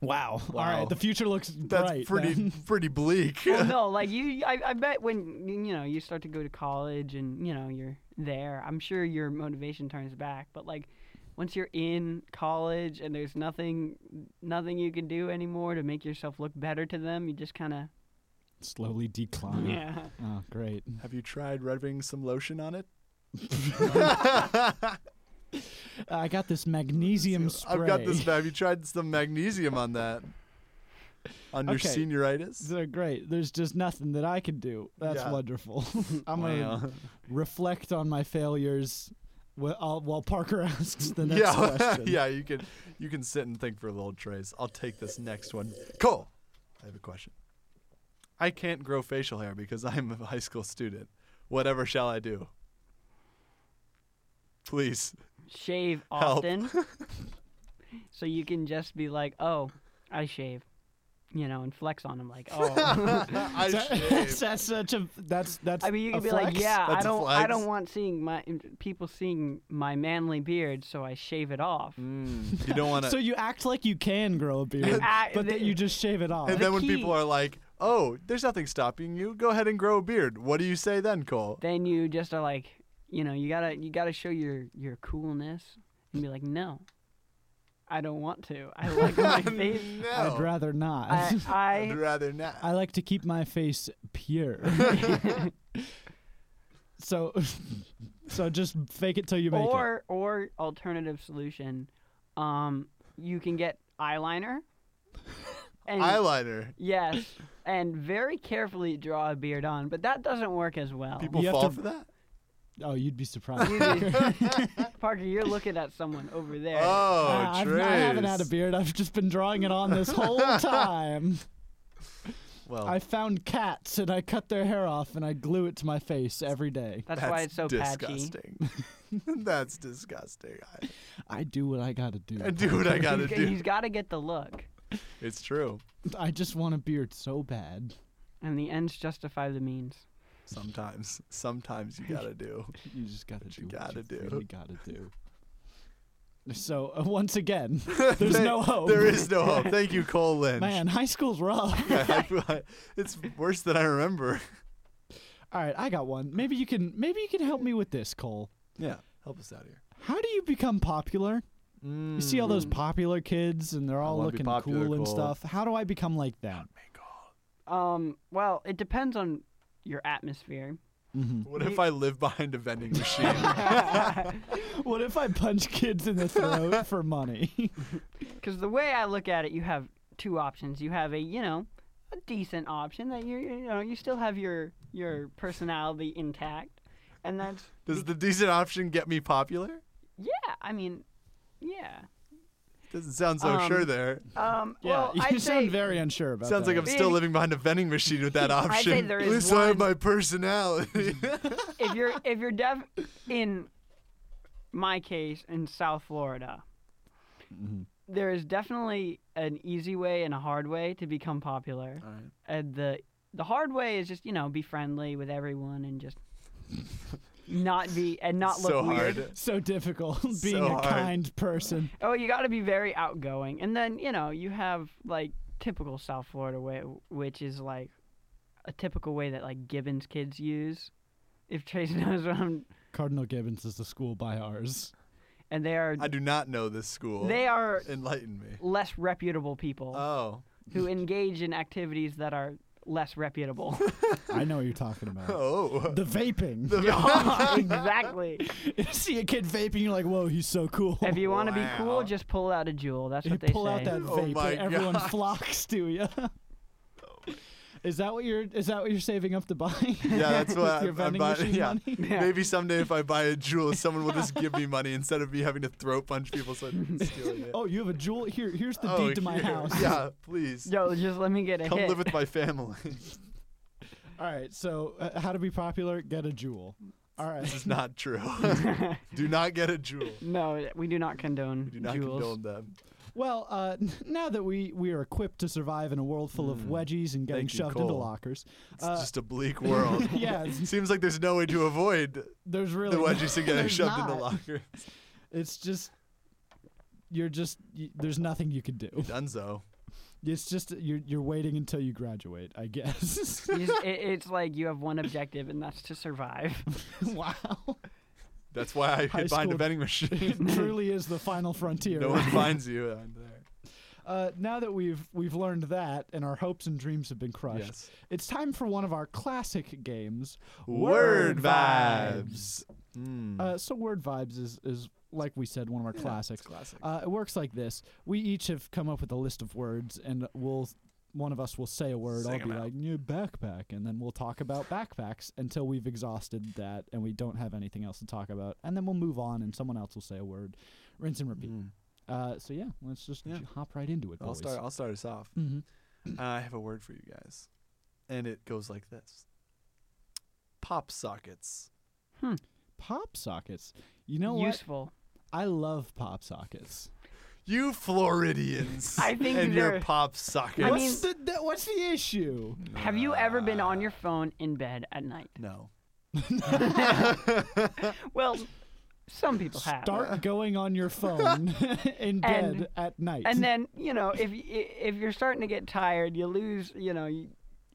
[SPEAKER 4] Wow. All
[SPEAKER 3] Wow.
[SPEAKER 4] right. The future looks
[SPEAKER 3] That's
[SPEAKER 4] bright.
[SPEAKER 3] pretty
[SPEAKER 4] then.
[SPEAKER 3] pretty bleak.
[SPEAKER 1] well, no, like you, I, I bet when you know you start to go to college and you know you're there, I'm sure your motivation turns back. But like once you're in college and there's nothing, nothing you can do anymore to make yourself look better to them, you just kind of
[SPEAKER 4] Slowly decline.
[SPEAKER 1] yeah.
[SPEAKER 4] Oh, great.
[SPEAKER 3] Have you tried rubbing some lotion on it?
[SPEAKER 4] I got this magnesium spray.
[SPEAKER 3] I've got this. Have you tried some magnesium on that? On your
[SPEAKER 4] Okay.
[SPEAKER 3] senioritis?
[SPEAKER 4] So great. There's just nothing that I can do. That's
[SPEAKER 3] Yeah.
[SPEAKER 4] wonderful. I'm
[SPEAKER 3] Wow.
[SPEAKER 4] gonna reflect on my failures wh- I'll- while Parker asks the next
[SPEAKER 3] yeah,
[SPEAKER 4] question.
[SPEAKER 3] yeah. You can you can sit and think for a little, Trace. I'll take this next one. Cole, I have a question. I can't grow facial hair because I'm a high school student. Whatever shall I do? Please.
[SPEAKER 1] shave
[SPEAKER 3] Help.
[SPEAKER 1] often, so you can just be like, oh, I shave, you know, and flex on them like, oh.
[SPEAKER 3] I
[SPEAKER 4] that's,
[SPEAKER 3] shave.
[SPEAKER 4] that's such a that's that's.
[SPEAKER 1] I mean, you
[SPEAKER 4] a
[SPEAKER 1] could be like,
[SPEAKER 4] flex?
[SPEAKER 1] yeah,
[SPEAKER 3] That's
[SPEAKER 1] I
[SPEAKER 3] a
[SPEAKER 1] don't, I
[SPEAKER 3] flex.
[SPEAKER 1] don't want seeing my people seeing my manly beard, so I shave it off.
[SPEAKER 3] Mm, you don't want to.
[SPEAKER 4] So you act like you can grow a beard,
[SPEAKER 1] I-
[SPEAKER 4] but that
[SPEAKER 1] the-
[SPEAKER 4] you just shave it off.
[SPEAKER 3] and
[SPEAKER 1] the
[SPEAKER 3] then when people
[SPEAKER 1] key-
[SPEAKER 3] are like, "Oh, there's nothing stopping you. Go ahead and grow a beard." What do you say then, Cole?
[SPEAKER 1] Then you just are like, you know, you gotta, you gotta show your your coolness and be like, no, I don't want to. I like my face.
[SPEAKER 4] I'd
[SPEAKER 3] no,
[SPEAKER 4] rather not.
[SPEAKER 1] I,
[SPEAKER 3] I'd
[SPEAKER 1] I
[SPEAKER 3] rather not.
[SPEAKER 4] I like to keep my face pure. so, so just fake it till you make it.
[SPEAKER 1] or or alternative solution, um, you can get eyeliner. And
[SPEAKER 3] Eyeliner.
[SPEAKER 1] yes, and very carefully draw a beard on, but that doesn't work as well.
[SPEAKER 3] People
[SPEAKER 4] You have
[SPEAKER 3] fall
[SPEAKER 4] to-
[SPEAKER 3] for that.
[SPEAKER 4] Oh, you'd be surprised.
[SPEAKER 1] Parker, you're looking at someone over there.
[SPEAKER 3] Oh,
[SPEAKER 4] Uh, I've-
[SPEAKER 3] Trace.
[SPEAKER 4] I haven't had a beard. I've just been drawing it on this whole time.
[SPEAKER 3] Well,
[SPEAKER 4] I found cats and I cut their hair off and I glue it to my face every day.
[SPEAKER 1] That's,
[SPEAKER 3] that's
[SPEAKER 1] why it's so patchy.
[SPEAKER 3] disgusting. that's disgusting. I,
[SPEAKER 4] I do what I gotta do.
[SPEAKER 3] I do what I gotta
[SPEAKER 1] He's-
[SPEAKER 3] do.
[SPEAKER 1] he's got to get the look.
[SPEAKER 3] It's true.
[SPEAKER 4] I just want a beard so bad.
[SPEAKER 1] And the ends justify the means.
[SPEAKER 3] Sometimes, sometimes you gotta do.
[SPEAKER 4] You just gotta do.
[SPEAKER 3] you
[SPEAKER 4] what
[SPEAKER 3] gotta do.
[SPEAKER 4] Really gotta do. So uh, once again, there's no hope.
[SPEAKER 3] There is no hope. Thank you, Cole Lynch.
[SPEAKER 4] Man, high school's rough.
[SPEAKER 3] I- I- it's worse than I remember.
[SPEAKER 4] All right, I got one. Maybe you can. Maybe you can help me with this, Cole.
[SPEAKER 3] Yeah, help us out here.
[SPEAKER 4] How do you become popular? You see all those popular kids, and they're all
[SPEAKER 3] Hmm. wanna be
[SPEAKER 4] looking
[SPEAKER 3] popular,
[SPEAKER 4] cool and
[SPEAKER 3] Cole.
[SPEAKER 4] stuff. How do I become like that?
[SPEAKER 1] Um, well, it depends on your atmosphere.
[SPEAKER 4] Hmm.
[SPEAKER 3] What if I live behind a vending machine?
[SPEAKER 4] What if I punch kids in the throat for money?
[SPEAKER 1] Because the way I look at it, you have two options. You have a, you know, a decent option that you you know you still have your your personality intact, and that's
[SPEAKER 3] Does the decent option get me popular?
[SPEAKER 1] yeah. I mean, yeah.
[SPEAKER 3] Doesn't sound so
[SPEAKER 1] Um,
[SPEAKER 3] sure there.
[SPEAKER 1] Um,
[SPEAKER 4] yeah,
[SPEAKER 1] well,
[SPEAKER 4] you
[SPEAKER 1] I'd
[SPEAKER 4] sound
[SPEAKER 1] say
[SPEAKER 4] very unsure about
[SPEAKER 3] Sounds
[SPEAKER 4] that.
[SPEAKER 3] like I'm still
[SPEAKER 1] Being-
[SPEAKER 3] living behind a vending machine with that option.
[SPEAKER 1] I'd say there
[SPEAKER 3] At
[SPEAKER 1] is
[SPEAKER 3] least I have
[SPEAKER 1] one-
[SPEAKER 3] my personality.
[SPEAKER 1] if you're if you're deaf in my case in South Florida,
[SPEAKER 3] Mm-hmm.
[SPEAKER 1] there is definitely an easy way and a hard way to become popular.
[SPEAKER 3] All right.
[SPEAKER 1] And the the hard way is just you know be friendly with everyone and just not be and not look
[SPEAKER 3] so
[SPEAKER 1] weird.
[SPEAKER 3] hard.
[SPEAKER 4] so difficult being
[SPEAKER 3] So
[SPEAKER 4] a
[SPEAKER 3] hard.
[SPEAKER 4] kind person.
[SPEAKER 1] Oh, you got to be very outgoing, and then you know you have like typical South Florida way, which is like a typical way that like Gibbons kids use. If Chase knows what I'm,
[SPEAKER 4] Cardinal Gibbons is the school by ours.
[SPEAKER 1] and they are
[SPEAKER 3] I do not know this school.
[SPEAKER 1] they are
[SPEAKER 3] Enlighten me.
[SPEAKER 1] less reputable people
[SPEAKER 3] Oh.
[SPEAKER 1] who engage in activities that are less reputable.
[SPEAKER 4] I know what you're talking about.
[SPEAKER 3] Oh.
[SPEAKER 4] The vaping.
[SPEAKER 1] exactly.
[SPEAKER 4] you see a kid vaping, you're like, whoa, he's so cool.
[SPEAKER 1] If you want to be cool,
[SPEAKER 3] Wow.
[SPEAKER 1] just pull out a jewel. That's
[SPEAKER 4] You
[SPEAKER 1] what they
[SPEAKER 4] pull
[SPEAKER 1] say.
[SPEAKER 4] out that
[SPEAKER 3] Oh
[SPEAKER 4] vape,
[SPEAKER 3] my
[SPEAKER 4] and everyone
[SPEAKER 3] God.
[SPEAKER 4] flocks to you. Is that what you're? Is that what you're saving up to buy?
[SPEAKER 3] Yeah, that's what
[SPEAKER 4] With your
[SPEAKER 3] I'm, I'm
[SPEAKER 4] vending
[SPEAKER 3] buying.
[SPEAKER 4] machine
[SPEAKER 3] Yeah.
[SPEAKER 4] money?
[SPEAKER 1] Yeah.
[SPEAKER 3] Maybe someday if I buy a jewel, someone will just give me money instead of me having to throat punch people. So I'm stealing it.
[SPEAKER 4] Oh, you have a jewel here. Here's the deed to my
[SPEAKER 3] Oh, here.
[SPEAKER 4] house.
[SPEAKER 3] Yeah, please.
[SPEAKER 1] Yo, just let me get a
[SPEAKER 3] Come
[SPEAKER 1] hit.
[SPEAKER 3] live with my family.
[SPEAKER 4] All right. So, uh, how to be popular? Get a jewel. All right.
[SPEAKER 3] this is not true. do not get a jewel.
[SPEAKER 1] no, we do not condone
[SPEAKER 3] We do not
[SPEAKER 1] jewels.
[SPEAKER 3] condone them.
[SPEAKER 4] Well, uh, now that we we are equipped to survive in a world full
[SPEAKER 1] Hmm.
[SPEAKER 4] of wedgies and getting
[SPEAKER 3] Thank you,
[SPEAKER 4] shoved into
[SPEAKER 3] Cole.
[SPEAKER 4] lockers,
[SPEAKER 3] It's
[SPEAKER 4] uh,
[SPEAKER 3] just a bleak world.
[SPEAKER 4] yeah, it's-
[SPEAKER 3] Seems like there's no way to avoid
[SPEAKER 4] there's really
[SPEAKER 3] the
[SPEAKER 4] no-
[SPEAKER 3] wedgies and getting
[SPEAKER 4] there's
[SPEAKER 3] shoved in the
[SPEAKER 4] not.
[SPEAKER 3] locker.
[SPEAKER 4] It's just you're just y there's nothing you can do.
[SPEAKER 3] Dunzo.
[SPEAKER 4] It's just you're you're waiting until you graduate, I guess.
[SPEAKER 1] You just- it, it's like you have one objective, and that's to survive.
[SPEAKER 4] wow,
[SPEAKER 3] That's why I
[SPEAKER 4] High
[SPEAKER 3] hid behind a
[SPEAKER 4] school-
[SPEAKER 3] vending machine.
[SPEAKER 4] it truly is the final frontier.
[SPEAKER 3] no one finds you. I'm there.
[SPEAKER 4] Uh, now that we've we've learned that, and our hopes and dreams have been crushed,
[SPEAKER 3] Yes.
[SPEAKER 4] it's time for one of our classic games,
[SPEAKER 3] Word vibes. Mm.
[SPEAKER 4] Uh, so word vibes is is like we said one of our classics.
[SPEAKER 3] classic.
[SPEAKER 4] Uh, it works like this: we each have come up with a list of words, and we'll one of us will say a word.
[SPEAKER 3] Sing
[SPEAKER 4] I'll be
[SPEAKER 3] 'em out.
[SPEAKER 4] like new backpack, and then we'll talk about backpacks until we've exhausted that, and we don't have anything else to talk about, and then we'll move on, and someone else will say a word. Rinse and repeat.
[SPEAKER 3] Mm.
[SPEAKER 4] Uh, so yeah, let's just
[SPEAKER 3] Yeah.
[SPEAKER 4] hop right into it,
[SPEAKER 3] I'll
[SPEAKER 4] boys.
[SPEAKER 3] start. I'll start us off. Uh,
[SPEAKER 4] Mhm.
[SPEAKER 3] I have a word for you guys, and it goes like this: pop sockets.
[SPEAKER 4] Pop sockets. You know what?
[SPEAKER 1] Useful.
[SPEAKER 4] I love pop sockets.
[SPEAKER 3] You Floridians
[SPEAKER 1] I think
[SPEAKER 3] and your
[SPEAKER 1] they're-
[SPEAKER 3] pop sockets.
[SPEAKER 1] I mean-
[SPEAKER 4] what's the, the what's the issue?
[SPEAKER 1] Have you ever been on your phone in bed at night?
[SPEAKER 3] no.
[SPEAKER 1] Well, some people have.
[SPEAKER 4] Start going on your phone in bed
[SPEAKER 1] And-
[SPEAKER 4] at night.
[SPEAKER 1] And then you know, if y- if you're starting to get tired, you lose. You know, you,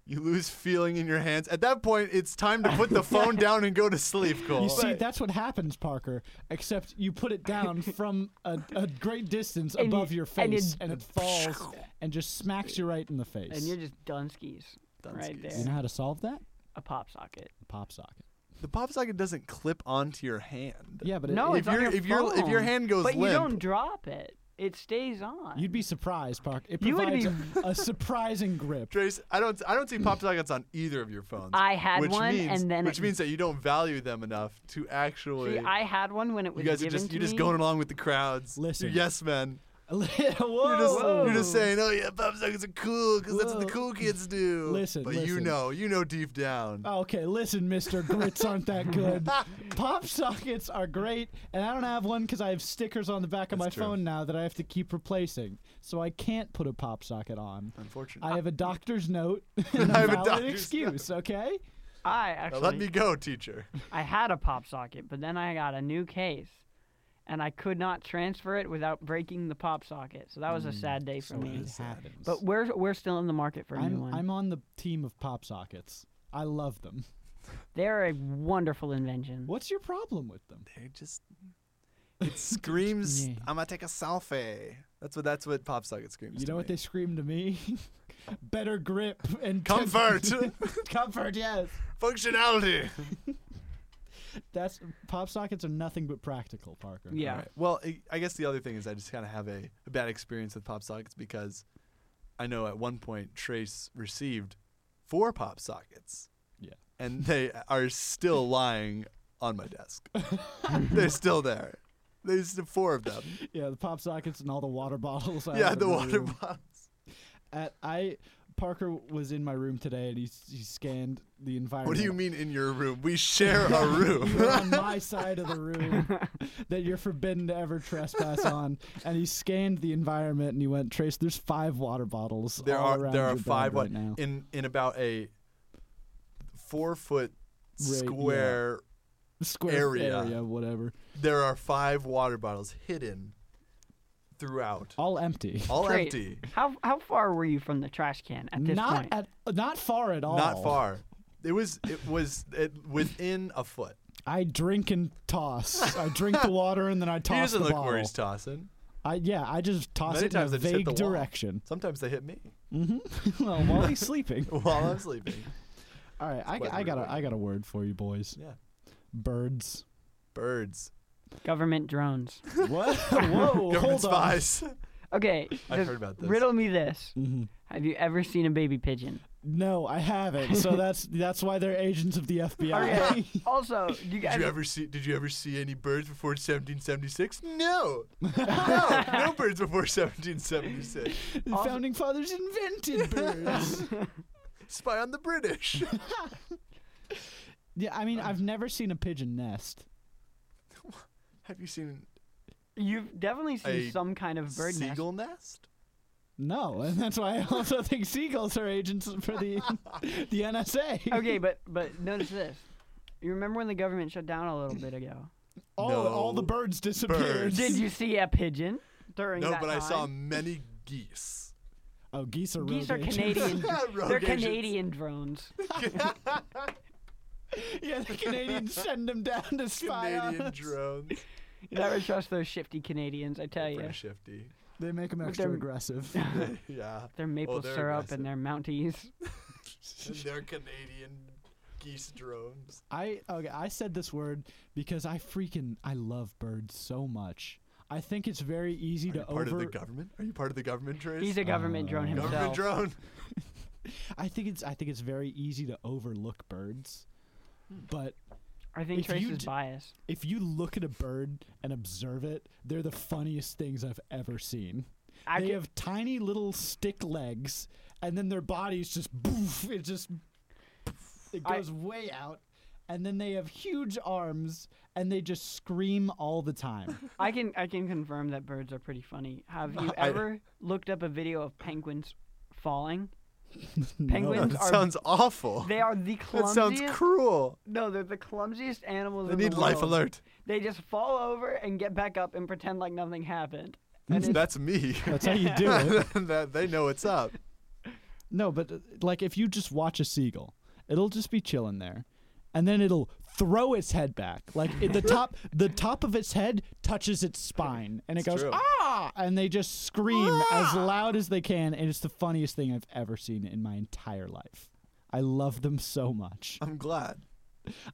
[SPEAKER 3] You lose feeling in your hands. At that point, it's time to put the phone down and go to sleep, Cole.
[SPEAKER 4] You see, that's what happens, Parker. Except you put it down from a, a great distance
[SPEAKER 1] And you-
[SPEAKER 4] above your
[SPEAKER 1] and you-
[SPEAKER 4] face, and, it falls and just smacks you right in the face.
[SPEAKER 1] and you're just dunskies, right
[SPEAKER 3] Dunskies.
[SPEAKER 1] there.
[SPEAKER 4] you know how to solve that?
[SPEAKER 1] A pop socket.
[SPEAKER 4] Pop socket.
[SPEAKER 3] the pop socket doesn't clip onto your hand.
[SPEAKER 4] Yeah, but it,
[SPEAKER 1] No,
[SPEAKER 3] if
[SPEAKER 4] it-
[SPEAKER 1] it's on
[SPEAKER 3] your-
[SPEAKER 1] your
[SPEAKER 3] if your- if your
[SPEAKER 1] phone.
[SPEAKER 3] hand goes
[SPEAKER 1] but you
[SPEAKER 3] limp-
[SPEAKER 1] don't drop it. It stays on.
[SPEAKER 4] you'd be surprised, Parker. It
[SPEAKER 1] You would
[SPEAKER 4] provides a, a surprising grip.
[SPEAKER 3] Trace, I don't, I don't see pop sockets on either of your phones.
[SPEAKER 1] I had
[SPEAKER 3] which
[SPEAKER 1] one,
[SPEAKER 3] means,
[SPEAKER 1] and then
[SPEAKER 3] which
[SPEAKER 1] it-
[SPEAKER 3] means that you don't value them enough to actually.
[SPEAKER 1] See, I had one when it
[SPEAKER 3] you
[SPEAKER 1] was
[SPEAKER 3] guys are
[SPEAKER 1] given
[SPEAKER 3] just,
[SPEAKER 1] to
[SPEAKER 3] you're just
[SPEAKER 1] me.
[SPEAKER 3] going along with the crowds.
[SPEAKER 4] Listen.
[SPEAKER 3] You're yes men.
[SPEAKER 4] Whoa.
[SPEAKER 3] You're just,
[SPEAKER 1] Whoa.
[SPEAKER 3] you're just saying, oh yeah, popsicles are cool because that's what the
[SPEAKER 4] Whoa.
[SPEAKER 3] cool kids do.
[SPEAKER 4] Listen,
[SPEAKER 3] but you
[SPEAKER 4] listen.
[SPEAKER 3] know, you know deep down.
[SPEAKER 4] Oh, Okay, listen, Mister Grits aren't that good. Pop sockets are great, and I don't have one because I have stickers on the back of
[SPEAKER 3] That's true.
[SPEAKER 4] my phone now that I have to keep replacing, so I can't put a pop socket on.
[SPEAKER 3] Unfortunately,
[SPEAKER 4] I have a doctor's note. And
[SPEAKER 3] I have a
[SPEAKER 4] valid
[SPEAKER 3] doctor's
[SPEAKER 4] excuse. Okay.
[SPEAKER 1] I
[SPEAKER 3] Now
[SPEAKER 1] actually
[SPEAKER 3] let me go, teacher.
[SPEAKER 1] I had a pop socket, but then I got a new case, and I could not transfer it without breaking the pop socket. So that was
[SPEAKER 3] Mm,
[SPEAKER 1] a sad day for
[SPEAKER 4] So
[SPEAKER 1] me.
[SPEAKER 4] it happens.
[SPEAKER 1] But we're we're still in the market for a new
[SPEAKER 4] I'm
[SPEAKER 1] one.
[SPEAKER 4] I'm on the team of pop sockets. I love them.
[SPEAKER 1] They're a wonderful invention.
[SPEAKER 4] What's your problem with them?
[SPEAKER 3] They just it screams.
[SPEAKER 4] Yeah.
[SPEAKER 3] I'm gonna take a selfie. That's what that's what pop socket screams.
[SPEAKER 4] You
[SPEAKER 3] to
[SPEAKER 4] know what
[SPEAKER 3] me.
[SPEAKER 4] they scream to me? Better grip and
[SPEAKER 3] Comfort,
[SPEAKER 4] comfort, yes.
[SPEAKER 3] functionality.
[SPEAKER 4] That's pop sockets are nothing but practical, Parker.
[SPEAKER 1] Yeah.
[SPEAKER 3] Alright. Well, I- I guess the other thing is I just kind of have a, a bad experience with pop sockets because I know at one point Trace received four pop sockets.
[SPEAKER 4] Yeah.
[SPEAKER 3] And they are still lying on my desk. They're still there. There's the four of them.
[SPEAKER 4] Yeah, the pop sockets and all the water bottles. I
[SPEAKER 3] yeah,
[SPEAKER 4] have
[SPEAKER 3] the
[SPEAKER 4] in my
[SPEAKER 3] water
[SPEAKER 4] room.
[SPEAKER 3] bottles.
[SPEAKER 4] At, I Parker was in my room today and he s- he scanned the environment.
[SPEAKER 3] What do you mean in your room? We share a room.
[SPEAKER 4] You're on my side of the room that you're forbidden to ever trespass on. And he scanned the environment and he went, Trace, there's five water bottles.
[SPEAKER 3] there
[SPEAKER 4] all
[SPEAKER 3] are
[SPEAKER 4] around
[SPEAKER 3] there are
[SPEAKER 4] your bed
[SPEAKER 3] five
[SPEAKER 4] right
[SPEAKER 3] one
[SPEAKER 4] now.
[SPEAKER 3] in in about a four foot
[SPEAKER 4] yeah.
[SPEAKER 3] square
[SPEAKER 4] Square
[SPEAKER 3] area.
[SPEAKER 4] area, whatever.
[SPEAKER 3] there are five water bottles hidden throughout,
[SPEAKER 4] All empty.
[SPEAKER 3] all
[SPEAKER 1] Great.
[SPEAKER 3] empty,
[SPEAKER 1] How how far were you from the trash can at this
[SPEAKER 4] not
[SPEAKER 1] point?
[SPEAKER 4] at not far at all.
[SPEAKER 3] not far. It was it was it, within a foot.
[SPEAKER 4] I drink and toss. I drink the water and then I toss
[SPEAKER 3] he doesn't
[SPEAKER 4] the
[SPEAKER 3] look
[SPEAKER 4] bottle.
[SPEAKER 3] where he's tossing.
[SPEAKER 4] I yeah, I just toss
[SPEAKER 3] Many
[SPEAKER 4] it
[SPEAKER 3] times
[SPEAKER 4] in
[SPEAKER 3] they just
[SPEAKER 4] a
[SPEAKER 3] hit
[SPEAKER 4] vague
[SPEAKER 3] the wall.
[SPEAKER 4] direction.
[SPEAKER 3] Sometimes they hit me
[SPEAKER 4] well, while he's sleeping.
[SPEAKER 3] while I'm sleeping.
[SPEAKER 4] All right, I,
[SPEAKER 3] quite
[SPEAKER 4] I got
[SPEAKER 3] rude.
[SPEAKER 4] a I got a word for you boys.
[SPEAKER 3] Yeah,
[SPEAKER 4] Birds.
[SPEAKER 3] birds,
[SPEAKER 1] Government drones.
[SPEAKER 4] What? Whoa!
[SPEAKER 3] government
[SPEAKER 4] hold on.
[SPEAKER 3] spies.
[SPEAKER 1] Okay,
[SPEAKER 3] I've
[SPEAKER 1] just
[SPEAKER 3] heard about this.
[SPEAKER 1] riddle me this:
[SPEAKER 3] Mm-hmm.
[SPEAKER 4] Mhm.
[SPEAKER 1] Have you ever seen a baby pigeon?
[SPEAKER 4] No, I haven't. So that's that's why they're agents of the FBI.
[SPEAKER 1] also, do you guys
[SPEAKER 3] Did you ever see? Did you ever see any birds before 1776? No, no, no birds before 1776.
[SPEAKER 4] the
[SPEAKER 1] Also-
[SPEAKER 4] founding fathers invented birds.
[SPEAKER 3] Spy on the British.
[SPEAKER 4] yeah, I mean, I've never seen a pigeon nest.
[SPEAKER 3] Have you seen
[SPEAKER 1] you've definitely seen
[SPEAKER 3] A
[SPEAKER 1] some kind of bird nest.
[SPEAKER 3] seagull nest?
[SPEAKER 4] No, and that's why I also think seagulls are agents for the the NSA.
[SPEAKER 1] Okay, but but notice this. You remember when the government shut down a little bit ago?
[SPEAKER 4] All, all the
[SPEAKER 3] No.
[SPEAKER 4] birds disappeared.
[SPEAKER 3] Birds.
[SPEAKER 1] Did you see a pigeon during
[SPEAKER 3] No,
[SPEAKER 1] that
[SPEAKER 3] but I saw
[SPEAKER 1] time?
[SPEAKER 3] many geese.
[SPEAKER 4] Oh, geese are
[SPEAKER 1] Geese
[SPEAKER 4] rogue
[SPEAKER 1] are
[SPEAKER 4] agents.
[SPEAKER 1] Canadian.
[SPEAKER 3] Rogue
[SPEAKER 1] They're
[SPEAKER 3] agents.
[SPEAKER 1] Canadian drones.
[SPEAKER 4] yeah, the Canadians send them down to spy on
[SPEAKER 3] Canadian
[SPEAKER 4] us.
[SPEAKER 3] drones.
[SPEAKER 1] You never trust those shifty Canadians, I tell you.
[SPEAKER 3] Pretty shifty.
[SPEAKER 4] They make them
[SPEAKER 1] With
[SPEAKER 4] extra
[SPEAKER 1] their-
[SPEAKER 4] aggressive.
[SPEAKER 3] Yeah.
[SPEAKER 1] Their maple
[SPEAKER 3] they're
[SPEAKER 1] syrup
[SPEAKER 3] aggressive.
[SPEAKER 1] and their Mounties.
[SPEAKER 3] And they're Canadian geese drones.
[SPEAKER 4] I okay, I said this word because I freaking I love birds so much. I think it's very easy
[SPEAKER 3] Are you
[SPEAKER 4] to
[SPEAKER 3] part of
[SPEAKER 4] over.
[SPEAKER 3] the government? Are you part of the government, Trace?
[SPEAKER 1] He's a government drone
[SPEAKER 4] Uh,
[SPEAKER 1] himself.
[SPEAKER 3] government drone.
[SPEAKER 4] I think it's I think it's very easy to overlook birds.
[SPEAKER 1] Hmm.
[SPEAKER 4] But
[SPEAKER 1] I think
[SPEAKER 4] If
[SPEAKER 1] Trace
[SPEAKER 4] you
[SPEAKER 1] is
[SPEAKER 4] d-
[SPEAKER 1] biased.
[SPEAKER 4] if you look at a bird and observe it, they're the funniest things I've ever seen.
[SPEAKER 1] I
[SPEAKER 4] they
[SPEAKER 1] could-
[SPEAKER 4] have tiny little stick legs, and then their bodies just boof. It just it
[SPEAKER 1] I-
[SPEAKER 4] goes way out, and then they have huge arms, and they just scream all the time.
[SPEAKER 1] I can I can confirm that birds are pretty funny. Have you
[SPEAKER 3] I-
[SPEAKER 1] ever looked up a video of penguins falling?
[SPEAKER 4] No.
[SPEAKER 1] Penguins
[SPEAKER 3] That
[SPEAKER 1] are
[SPEAKER 3] sounds awful.
[SPEAKER 1] they are the
[SPEAKER 3] That
[SPEAKER 1] clumsiest
[SPEAKER 3] sounds cruel.
[SPEAKER 1] No, they're the clumsiest animals
[SPEAKER 3] They
[SPEAKER 1] in
[SPEAKER 3] need
[SPEAKER 1] the
[SPEAKER 3] life
[SPEAKER 1] world.
[SPEAKER 3] alert.
[SPEAKER 1] They just fall over and get back up and pretend like nothing happened. And it's-
[SPEAKER 3] That's me.
[SPEAKER 4] That's how you do it.
[SPEAKER 3] that they know what's up.
[SPEAKER 4] No, but uh, like if you just watch a seagull, it'll just be chilling there, and then it'll throw its head back. Like it, the top, the top of its head touches its spine, and it
[SPEAKER 3] It's
[SPEAKER 4] goes
[SPEAKER 3] true. Ah!
[SPEAKER 4] ah, and they just scream as loud as they can, and it's the funniest thing I've ever seen in my entire life. I love them so much.
[SPEAKER 3] I'm glad.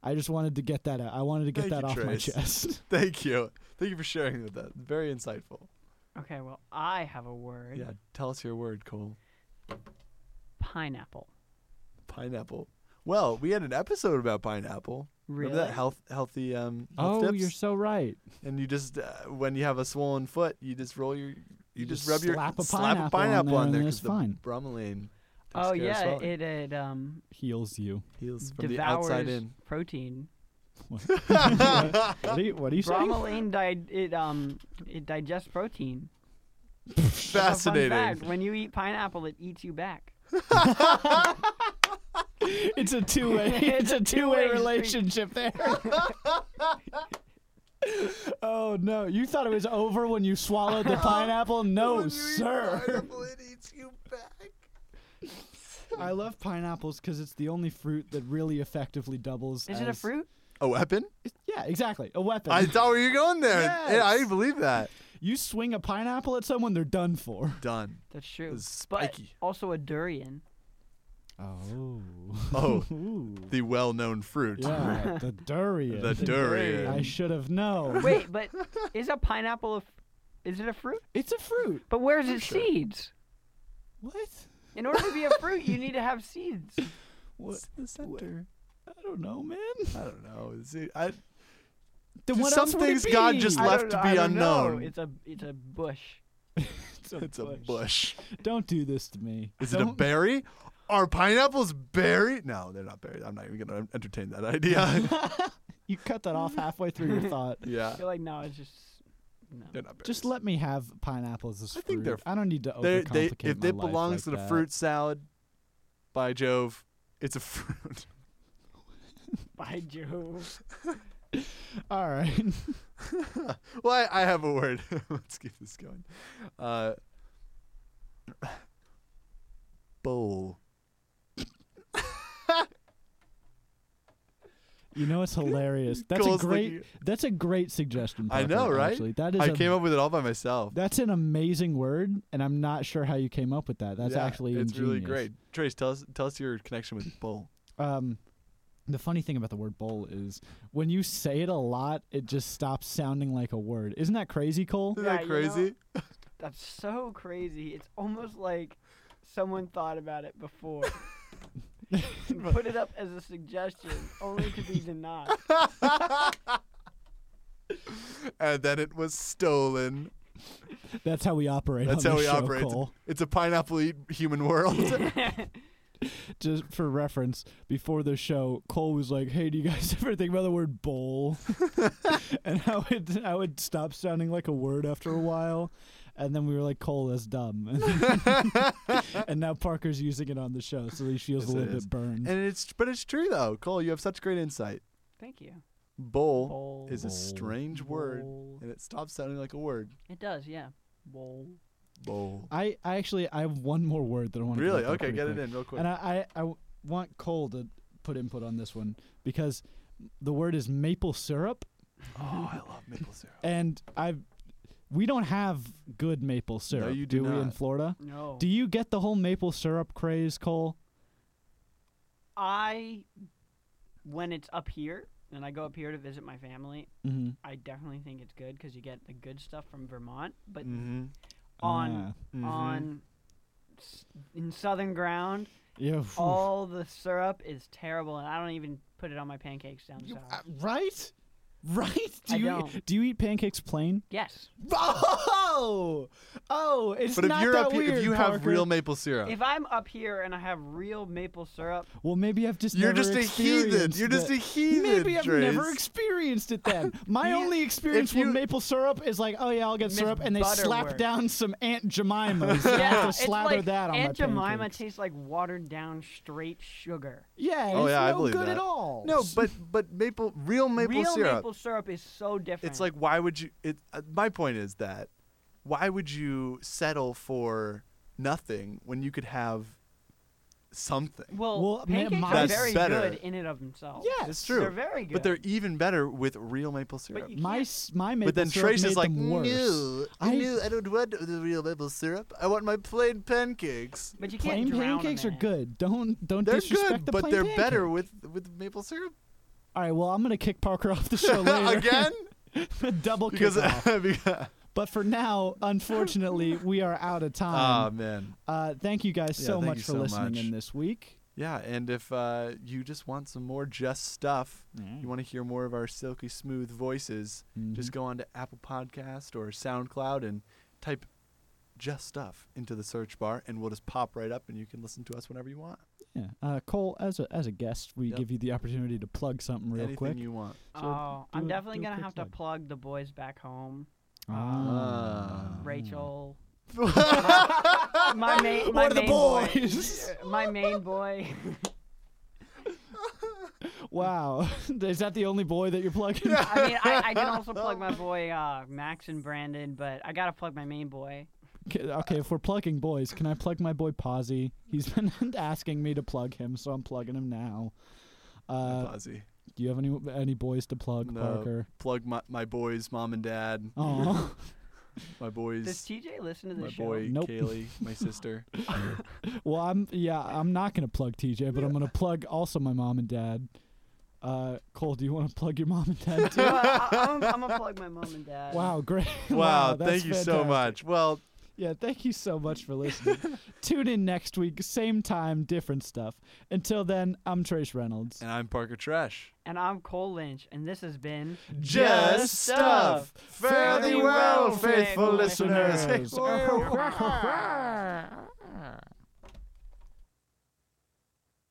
[SPEAKER 4] I just wanted to get that out. I wanted to get
[SPEAKER 3] Thank
[SPEAKER 4] that
[SPEAKER 3] you,
[SPEAKER 4] off my
[SPEAKER 3] Trace.
[SPEAKER 4] chest.
[SPEAKER 3] Thank you. Thank you for sharing with us. Very insightful.
[SPEAKER 1] okay, well, I have a word.
[SPEAKER 3] Yeah. Tell us your word, Cole.
[SPEAKER 1] Pineapple.
[SPEAKER 3] Pineapple. Well, we had an episode about pineapple. Remember
[SPEAKER 1] Really?
[SPEAKER 3] that health, healthy um, health
[SPEAKER 4] oh,
[SPEAKER 3] tips?
[SPEAKER 4] you're so right.
[SPEAKER 3] and you just uh, when you have a swollen foot, you just roll your you You,
[SPEAKER 4] You
[SPEAKER 3] just,
[SPEAKER 4] just
[SPEAKER 3] rub your
[SPEAKER 4] slap a
[SPEAKER 3] slap
[SPEAKER 4] pineapple
[SPEAKER 3] a
[SPEAKER 4] on
[SPEAKER 3] pineapple
[SPEAKER 4] there
[SPEAKER 3] on
[SPEAKER 4] and
[SPEAKER 3] there
[SPEAKER 4] then
[SPEAKER 3] because
[SPEAKER 4] it's
[SPEAKER 3] the
[SPEAKER 4] fine.
[SPEAKER 3] bromelain. takes
[SPEAKER 1] Oh
[SPEAKER 3] care of
[SPEAKER 1] yeah,
[SPEAKER 3] swelling.
[SPEAKER 1] it it um
[SPEAKER 4] heals you.
[SPEAKER 3] heals from the
[SPEAKER 1] devours
[SPEAKER 3] outside in.
[SPEAKER 1] protein.
[SPEAKER 4] What do you, what do you say?
[SPEAKER 1] Bromelain di- it um it digests protein. That's a fun fact.
[SPEAKER 3] Fascinating.
[SPEAKER 1] When you eat pineapple, it eats you back.
[SPEAKER 4] It's a two way. It's a two
[SPEAKER 1] two-way
[SPEAKER 4] way
[SPEAKER 1] street.
[SPEAKER 4] relationship there. oh no! You thought it was over when you swallowed the pineapple? No, sir.
[SPEAKER 3] Pineapple, it eats you back.
[SPEAKER 4] I love pineapples because it's the only fruit that really effectively doubles.
[SPEAKER 1] Is it a
[SPEAKER 4] as-
[SPEAKER 1] fruit?
[SPEAKER 3] A weapon?
[SPEAKER 4] Yeah, exactly. A weapon.
[SPEAKER 3] Oh, I thought where you were going there. Yeah, I
[SPEAKER 4] Yes.
[SPEAKER 3] believe that.
[SPEAKER 4] you swing a pineapple at someone, they're done for.
[SPEAKER 3] Done.
[SPEAKER 1] That's true.
[SPEAKER 3] It's spiky.
[SPEAKER 1] But also a durian.
[SPEAKER 4] Oh.
[SPEAKER 3] Oh,
[SPEAKER 4] Ooh.
[SPEAKER 3] the well-known fruit,
[SPEAKER 4] Yeah, the durian.
[SPEAKER 3] the durian.
[SPEAKER 4] I should have known.
[SPEAKER 1] Wait, but is a pineapple a f- is it a fruit?
[SPEAKER 4] It's a fruit.
[SPEAKER 1] But where's its seeds?
[SPEAKER 4] What?
[SPEAKER 1] In order to be a fruit, you need to have seeds.
[SPEAKER 4] What?
[SPEAKER 3] the center?
[SPEAKER 4] I don't know, man.
[SPEAKER 3] I don't know. Is it- I-
[SPEAKER 4] Then
[SPEAKER 3] Just
[SPEAKER 4] what
[SPEAKER 3] some
[SPEAKER 4] else would it
[SPEAKER 3] things God
[SPEAKER 4] be?
[SPEAKER 3] just
[SPEAKER 1] I
[SPEAKER 3] left
[SPEAKER 1] don't-
[SPEAKER 3] to
[SPEAKER 1] I
[SPEAKER 3] be
[SPEAKER 1] don't know.
[SPEAKER 3] unknown.
[SPEAKER 1] It's a it's a bush.
[SPEAKER 4] It's a
[SPEAKER 3] it's a bush.
[SPEAKER 4] Don't do this to me.
[SPEAKER 3] Is it a
[SPEAKER 4] Don't-
[SPEAKER 3] berry? Are pineapples berry? No, they're not berry. I'm not even gonna entertain that idea.
[SPEAKER 4] You cut that off halfway through your thought.
[SPEAKER 3] yeah,
[SPEAKER 1] I feel like no, it's just no.
[SPEAKER 3] they're not berries.
[SPEAKER 4] Just let me have pineapples as
[SPEAKER 3] I
[SPEAKER 4] fruit.
[SPEAKER 3] think they're-
[SPEAKER 4] I don't need to
[SPEAKER 3] They're-
[SPEAKER 4] overcomplicate
[SPEAKER 3] they,
[SPEAKER 4] my
[SPEAKER 3] if it
[SPEAKER 4] life
[SPEAKER 3] belongs
[SPEAKER 4] like
[SPEAKER 3] in a
[SPEAKER 4] that.
[SPEAKER 3] fruit salad, by Jove, it's a fruit.
[SPEAKER 1] By Jove.
[SPEAKER 4] All right.
[SPEAKER 3] well, I, I have a word. Let's keep this going. Uh, bowl.
[SPEAKER 4] You know it's hilarious. That's a
[SPEAKER 3] Cole's
[SPEAKER 4] great.
[SPEAKER 3] looking-
[SPEAKER 4] That's a great suggestion.
[SPEAKER 3] I
[SPEAKER 4] Parker,
[SPEAKER 3] know, right?
[SPEAKER 4] Actually. That is.
[SPEAKER 3] I
[SPEAKER 4] a-
[SPEAKER 3] came up with it all by myself.
[SPEAKER 4] That's an amazing word, and I'm not sure how you came up with that. That's
[SPEAKER 3] Yeah,
[SPEAKER 4] actually
[SPEAKER 3] it's really
[SPEAKER 4] ingenious.
[SPEAKER 3] great. Trace, tell us tell us your connection with bowl.
[SPEAKER 4] Um, the funny thing about the word bowl is when you say it a lot, it just stops sounding like a word. Isn't that crazy, Cole?
[SPEAKER 3] Isn't
[SPEAKER 1] Yeah,
[SPEAKER 3] that
[SPEAKER 1] you know-
[SPEAKER 3] crazy?
[SPEAKER 1] That's so crazy. It's almost like someone thought about it before. and put it up as a suggestion, only to be denied.
[SPEAKER 3] and then it was stolen.
[SPEAKER 4] That's how we operate.
[SPEAKER 3] That's
[SPEAKER 4] on
[SPEAKER 3] how
[SPEAKER 4] this
[SPEAKER 3] we
[SPEAKER 4] show,
[SPEAKER 3] operate. It's-
[SPEAKER 4] Cole.
[SPEAKER 3] It's a pineapple eat human world.
[SPEAKER 4] Just for reference, before the show, Cole was like, "Hey, do you guys ever think about the word bowl?" and how it how it stopped sounding like a word after a while, and then we were like, "Cole, that's dumb." and now Parker's using it on the show, so he feels
[SPEAKER 3] Yes,
[SPEAKER 4] a
[SPEAKER 3] it
[SPEAKER 4] little
[SPEAKER 3] is.
[SPEAKER 4] bit burned.
[SPEAKER 3] and it's but it's true though, Cole. You have such great insight.
[SPEAKER 1] Thank you.
[SPEAKER 3] Bowl
[SPEAKER 1] Bowl.
[SPEAKER 3] is a
[SPEAKER 4] Bowl.
[SPEAKER 3] strange word,
[SPEAKER 1] Bowl.
[SPEAKER 3] and it stops sounding like a word.
[SPEAKER 1] It does, yeah. Bowl.
[SPEAKER 3] Bowl.
[SPEAKER 4] I, I actually I have one more word that I want to
[SPEAKER 3] Really? Okay, get it in real quick.
[SPEAKER 4] And I, I, I w- want Cole to put input on this one because the word is maple syrup,
[SPEAKER 3] oh, I love maple syrup.
[SPEAKER 4] and I we don't have good maple syrup.
[SPEAKER 3] you do
[SPEAKER 4] we in
[SPEAKER 3] not.
[SPEAKER 4] Florida?
[SPEAKER 1] No.
[SPEAKER 4] Do you get the whole maple syrup craze, Cole?
[SPEAKER 1] I, when it's up here, and I go up here to visit my family,
[SPEAKER 4] Mm-hmm.
[SPEAKER 1] I definitely think it's good because you get the good stuff from Vermont. But
[SPEAKER 3] Mm-hmm.
[SPEAKER 4] Ah. Oh,
[SPEAKER 1] on
[SPEAKER 4] Mm-hmm.
[SPEAKER 3] Mhm.
[SPEAKER 1] on s- in southern ground,
[SPEAKER 4] yeah, phew.
[SPEAKER 1] all the syrup is terrible, and I don't even put it on my pancakes down
[SPEAKER 4] You- uh,
[SPEAKER 1] south.
[SPEAKER 4] right, right. Do
[SPEAKER 1] I
[SPEAKER 4] you
[SPEAKER 1] don't.
[SPEAKER 4] do you eat pancakes plain?
[SPEAKER 1] Yes.
[SPEAKER 4] Oh, oh, it's
[SPEAKER 3] But if
[SPEAKER 4] not
[SPEAKER 3] you're
[SPEAKER 4] that
[SPEAKER 3] up here,
[SPEAKER 4] weird.
[SPEAKER 3] if you have
[SPEAKER 4] Parker.
[SPEAKER 3] real maple syrup,
[SPEAKER 1] If I'm up here and I have real maple syrup,
[SPEAKER 4] well, maybe I've just
[SPEAKER 3] you're
[SPEAKER 4] never
[SPEAKER 3] just a heathen.
[SPEAKER 4] experienced
[SPEAKER 3] You're just
[SPEAKER 4] the-
[SPEAKER 3] a heathen.
[SPEAKER 4] Maybe I've never
[SPEAKER 3] Trace.
[SPEAKER 4] experienced it then. My
[SPEAKER 1] Yeah.
[SPEAKER 4] only experience
[SPEAKER 3] If you-
[SPEAKER 4] with maple syrup is like, oh yeah, I'll get
[SPEAKER 1] Miss
[SPEAKER 4] syrup, and they slap
[SPEAKER 1] Butterworth.
[SPEAKER 4] down some Aunt Jemima's. I have
[SPEAKER 1] yeah,
[SPEAKER 4] to
[SPEAKER 1] it's
[SPEAKER 4] slather
[SPEAKER 1] like
[SPEAKER 4] that on
[SPEAKER 1] Aunt
[SPEAKER 4] my
[SPEAKER 1] Jemima
[SPEAKER 4] pancakes.
[SPEAKER 1] tastes like watered down straight sugar.
[SPEAKER 4] yeah,
[SPEAKER 3] Oh,
[SPEAKER 4] it's
[SPEAKER 3] yeah, I
[SPEAKER 4] no
[SPEAKER 3] believe
[SPEAKER 4] good
[SPEAKER 3] that.
[SPEAKER 4] at all.
[SPEAKER 3] No, but but maple real maple
[SPEAKER 1] real
[SPEAKER 3] syrup.
[SPEAKER 1] maple syrup is so different.
[SPEAKER 3] it's like why would you? It. Uh, my point is that why would you settle for nothing when you could have something?
[SPEAKER 1] well,
[SPEAKER 4] Well, ma-
[SPEAKER 1] pancakes are
[SPEAKER 4] That's
[SPEAKER 1] very
[SPEAKER 3] better.
[SPEAKER 1] good in and of themselves.
[SPEAKER 4] yeah,
[SPEAKER 3] it's true.
[SPEAKER 1] they're very good.
[SPEAKER 3] But they're even better with real maple syrup.
[SPEAKER 1] you-
[SPEAKER 4] My
[SPEAKER 1] Yeah.
[SPEAKER 4] s- my maple
[SPEAKER 3] But then
[SPEAKER 4] syrup
[SPEAKER 3] Trace
[SPEAKER 4] made
[SPEAKER 3] is like,
[SPEAKER 4] them worse.
[SPEAKER 3] no,
[SPEAKER 4] I-
[SPEAKER 3] no, I don't want the real maple syrup. I want my plain pancakes.
[SPEAKER 1] But you can't
[SPEAKER 4] Plain
[SPEAKER 1] drown 'em
[SPEAKER 4] pancakes are
[SPEAKER 1] in it.
[SPEAKER 4] good. Don't don't
[SPEAKER 3] They're
[SPEAKER 4] disrespect
[SPEAKER 3] good,
[SPEAKER 4] the
[SPEAKER 3] but
[SPEAKER 4] plain
[SPEAKER 3] they're
[SPEAKER 4] pancake.
[SPEAKER 3] better with with maple syrup
[SPEAKER 4] All right, well, I'm gonna kick Parker off the show later
[SPEAKER 3] again
[SPEAKER 4] Double kick
[SPEAKER 3] because.
[SPEAKER 4] off.
[SPEAKER 3] because-
[SPEAKER 4] But for now, unfortunately, we are out of
[SPEAKER 3] Ah
[SPEAKER 4] time.
[SPEAKER 3] man.
[SPEAKER 4] uh, thank you guys
[SPEAKER 3] Yeah,
[SPEAKER 4] so
[SPEAKER 3] thank
[SPEAKER 4] much
[SPEAKER 3] you
[SPEAKER 4] for
[SPEAKER 3] so
[SPEAKER 4] listening
[SPEAKER 3] much.
[SPEAKER 4] in this week.
[SPEAKER 3] Yeah, and if uh, you just want some more just stuff,
[SPEAKER 4] Mm.
[SPEAKER 3] you want to hear more of our silky
[SPEAKER 4] Mm-hmm.
[SPEAKER 3] smooth voices, just go on to Apple Podcast or SoundCloud and type just stuff into the search bar, and we'll just pop right up, and you can listen to us whenever you want.
[SPEAKER 4] Yeah. Uh, Cole, as a as a guest, we
[SPEAKER 3] Yep.
[SPEAKER 4] give you the opportunity to plug something real
[SPEAKER 3] Anything
[SPEAKER 4] quick.
[SPEAKER 3] you want.
[SPEAKER 4] So
[SPEAKER 1] oh,
[SPEAKER 4] do
[SPEAKER 1] I'm
[SPEAKER 4] a-
[SPEAKER 1] definitely
[SPEAKER 4] do a
[SPEAKER 1] gonna
[SPEAKER 4] quick
[SPEAKER 1] have to
[SPEAKER 4] plug.
[SPEAKER 1] plug the boys back home.
[SPEAKER 4] Uh,
[SPEAKER 3] Ah.
[SPEAKER 1] Rachel. my main, my
[SPEAKER 4] Um. One of the
[SPEAKER 1] main boy.
[SPEAKER 4] boys.
[SPEAKER 1] My main boy.
[SPEAKER 4] wow. Is that the only boy that you're plugging?
[SPEAKER 1] I mean, I, I can also plug my boy uh, Max and Brandon, but I gotta plug my main boy.
[SPEAKER 4] Okay, okay, if we're plugging boys, can I plug my boy Posy? He's been asking me to plug him, so I'm plugging him now.
[SPEAKER 3] Ah,
[SPEAKER 4] Uh,
[SPEAKER 3] Ozzy.
[SPEAKER 4] do you have any any boys to plug,
[SPEAKER 3] No.
[SPEAKER 4] Parker?
[SPEAKER 3] Plug my, my boys, mom and dad,
[SPEAKER 4] Oh,
[SPEAKER 3] my boys,
[SPEAKER 1] Does TJ listen to
[SPEAKER 3] my
[SPEAKER 1] this show?
[SPEAKER 3] boy
[SPEAKER 4] Nope.
[SPEAKER 3] Kaylee, my sister.
[SPEAKER 4] well, I'm yeah, I'm not gonna plug TJ, but I'm gonna plug also my mom and dad. Uh, Cole, do you want to plug your mom and dad
[SPEAKER 1] You
[SPEAKER 4] too?
[SPEAKER 1] know what? I, I'm, I'm gonna plug my mom and dad.
[SPEAKER 4] wow, great!
[SPEAKER 3] Wow,
[SPEAKER 4] that's
[SPEAKER 3] thank you so
[SPEAKER 4] fantastic.
[SPEAKER 3] much. Well,
[SPEAKER 4] Yeah, thank you so much for listening. Tune in next week, same time, different stuff. Until then, I'm Trace Reynolds.
[SPEAKER 3] and I'm Parker Trash.
[SPEAKER 1] And I'm Cole Lynch, and this has been.
[SPEAKER 3] Just stuff. Fare thee well, faithful listeners.
[SPEAKER 4] listeners.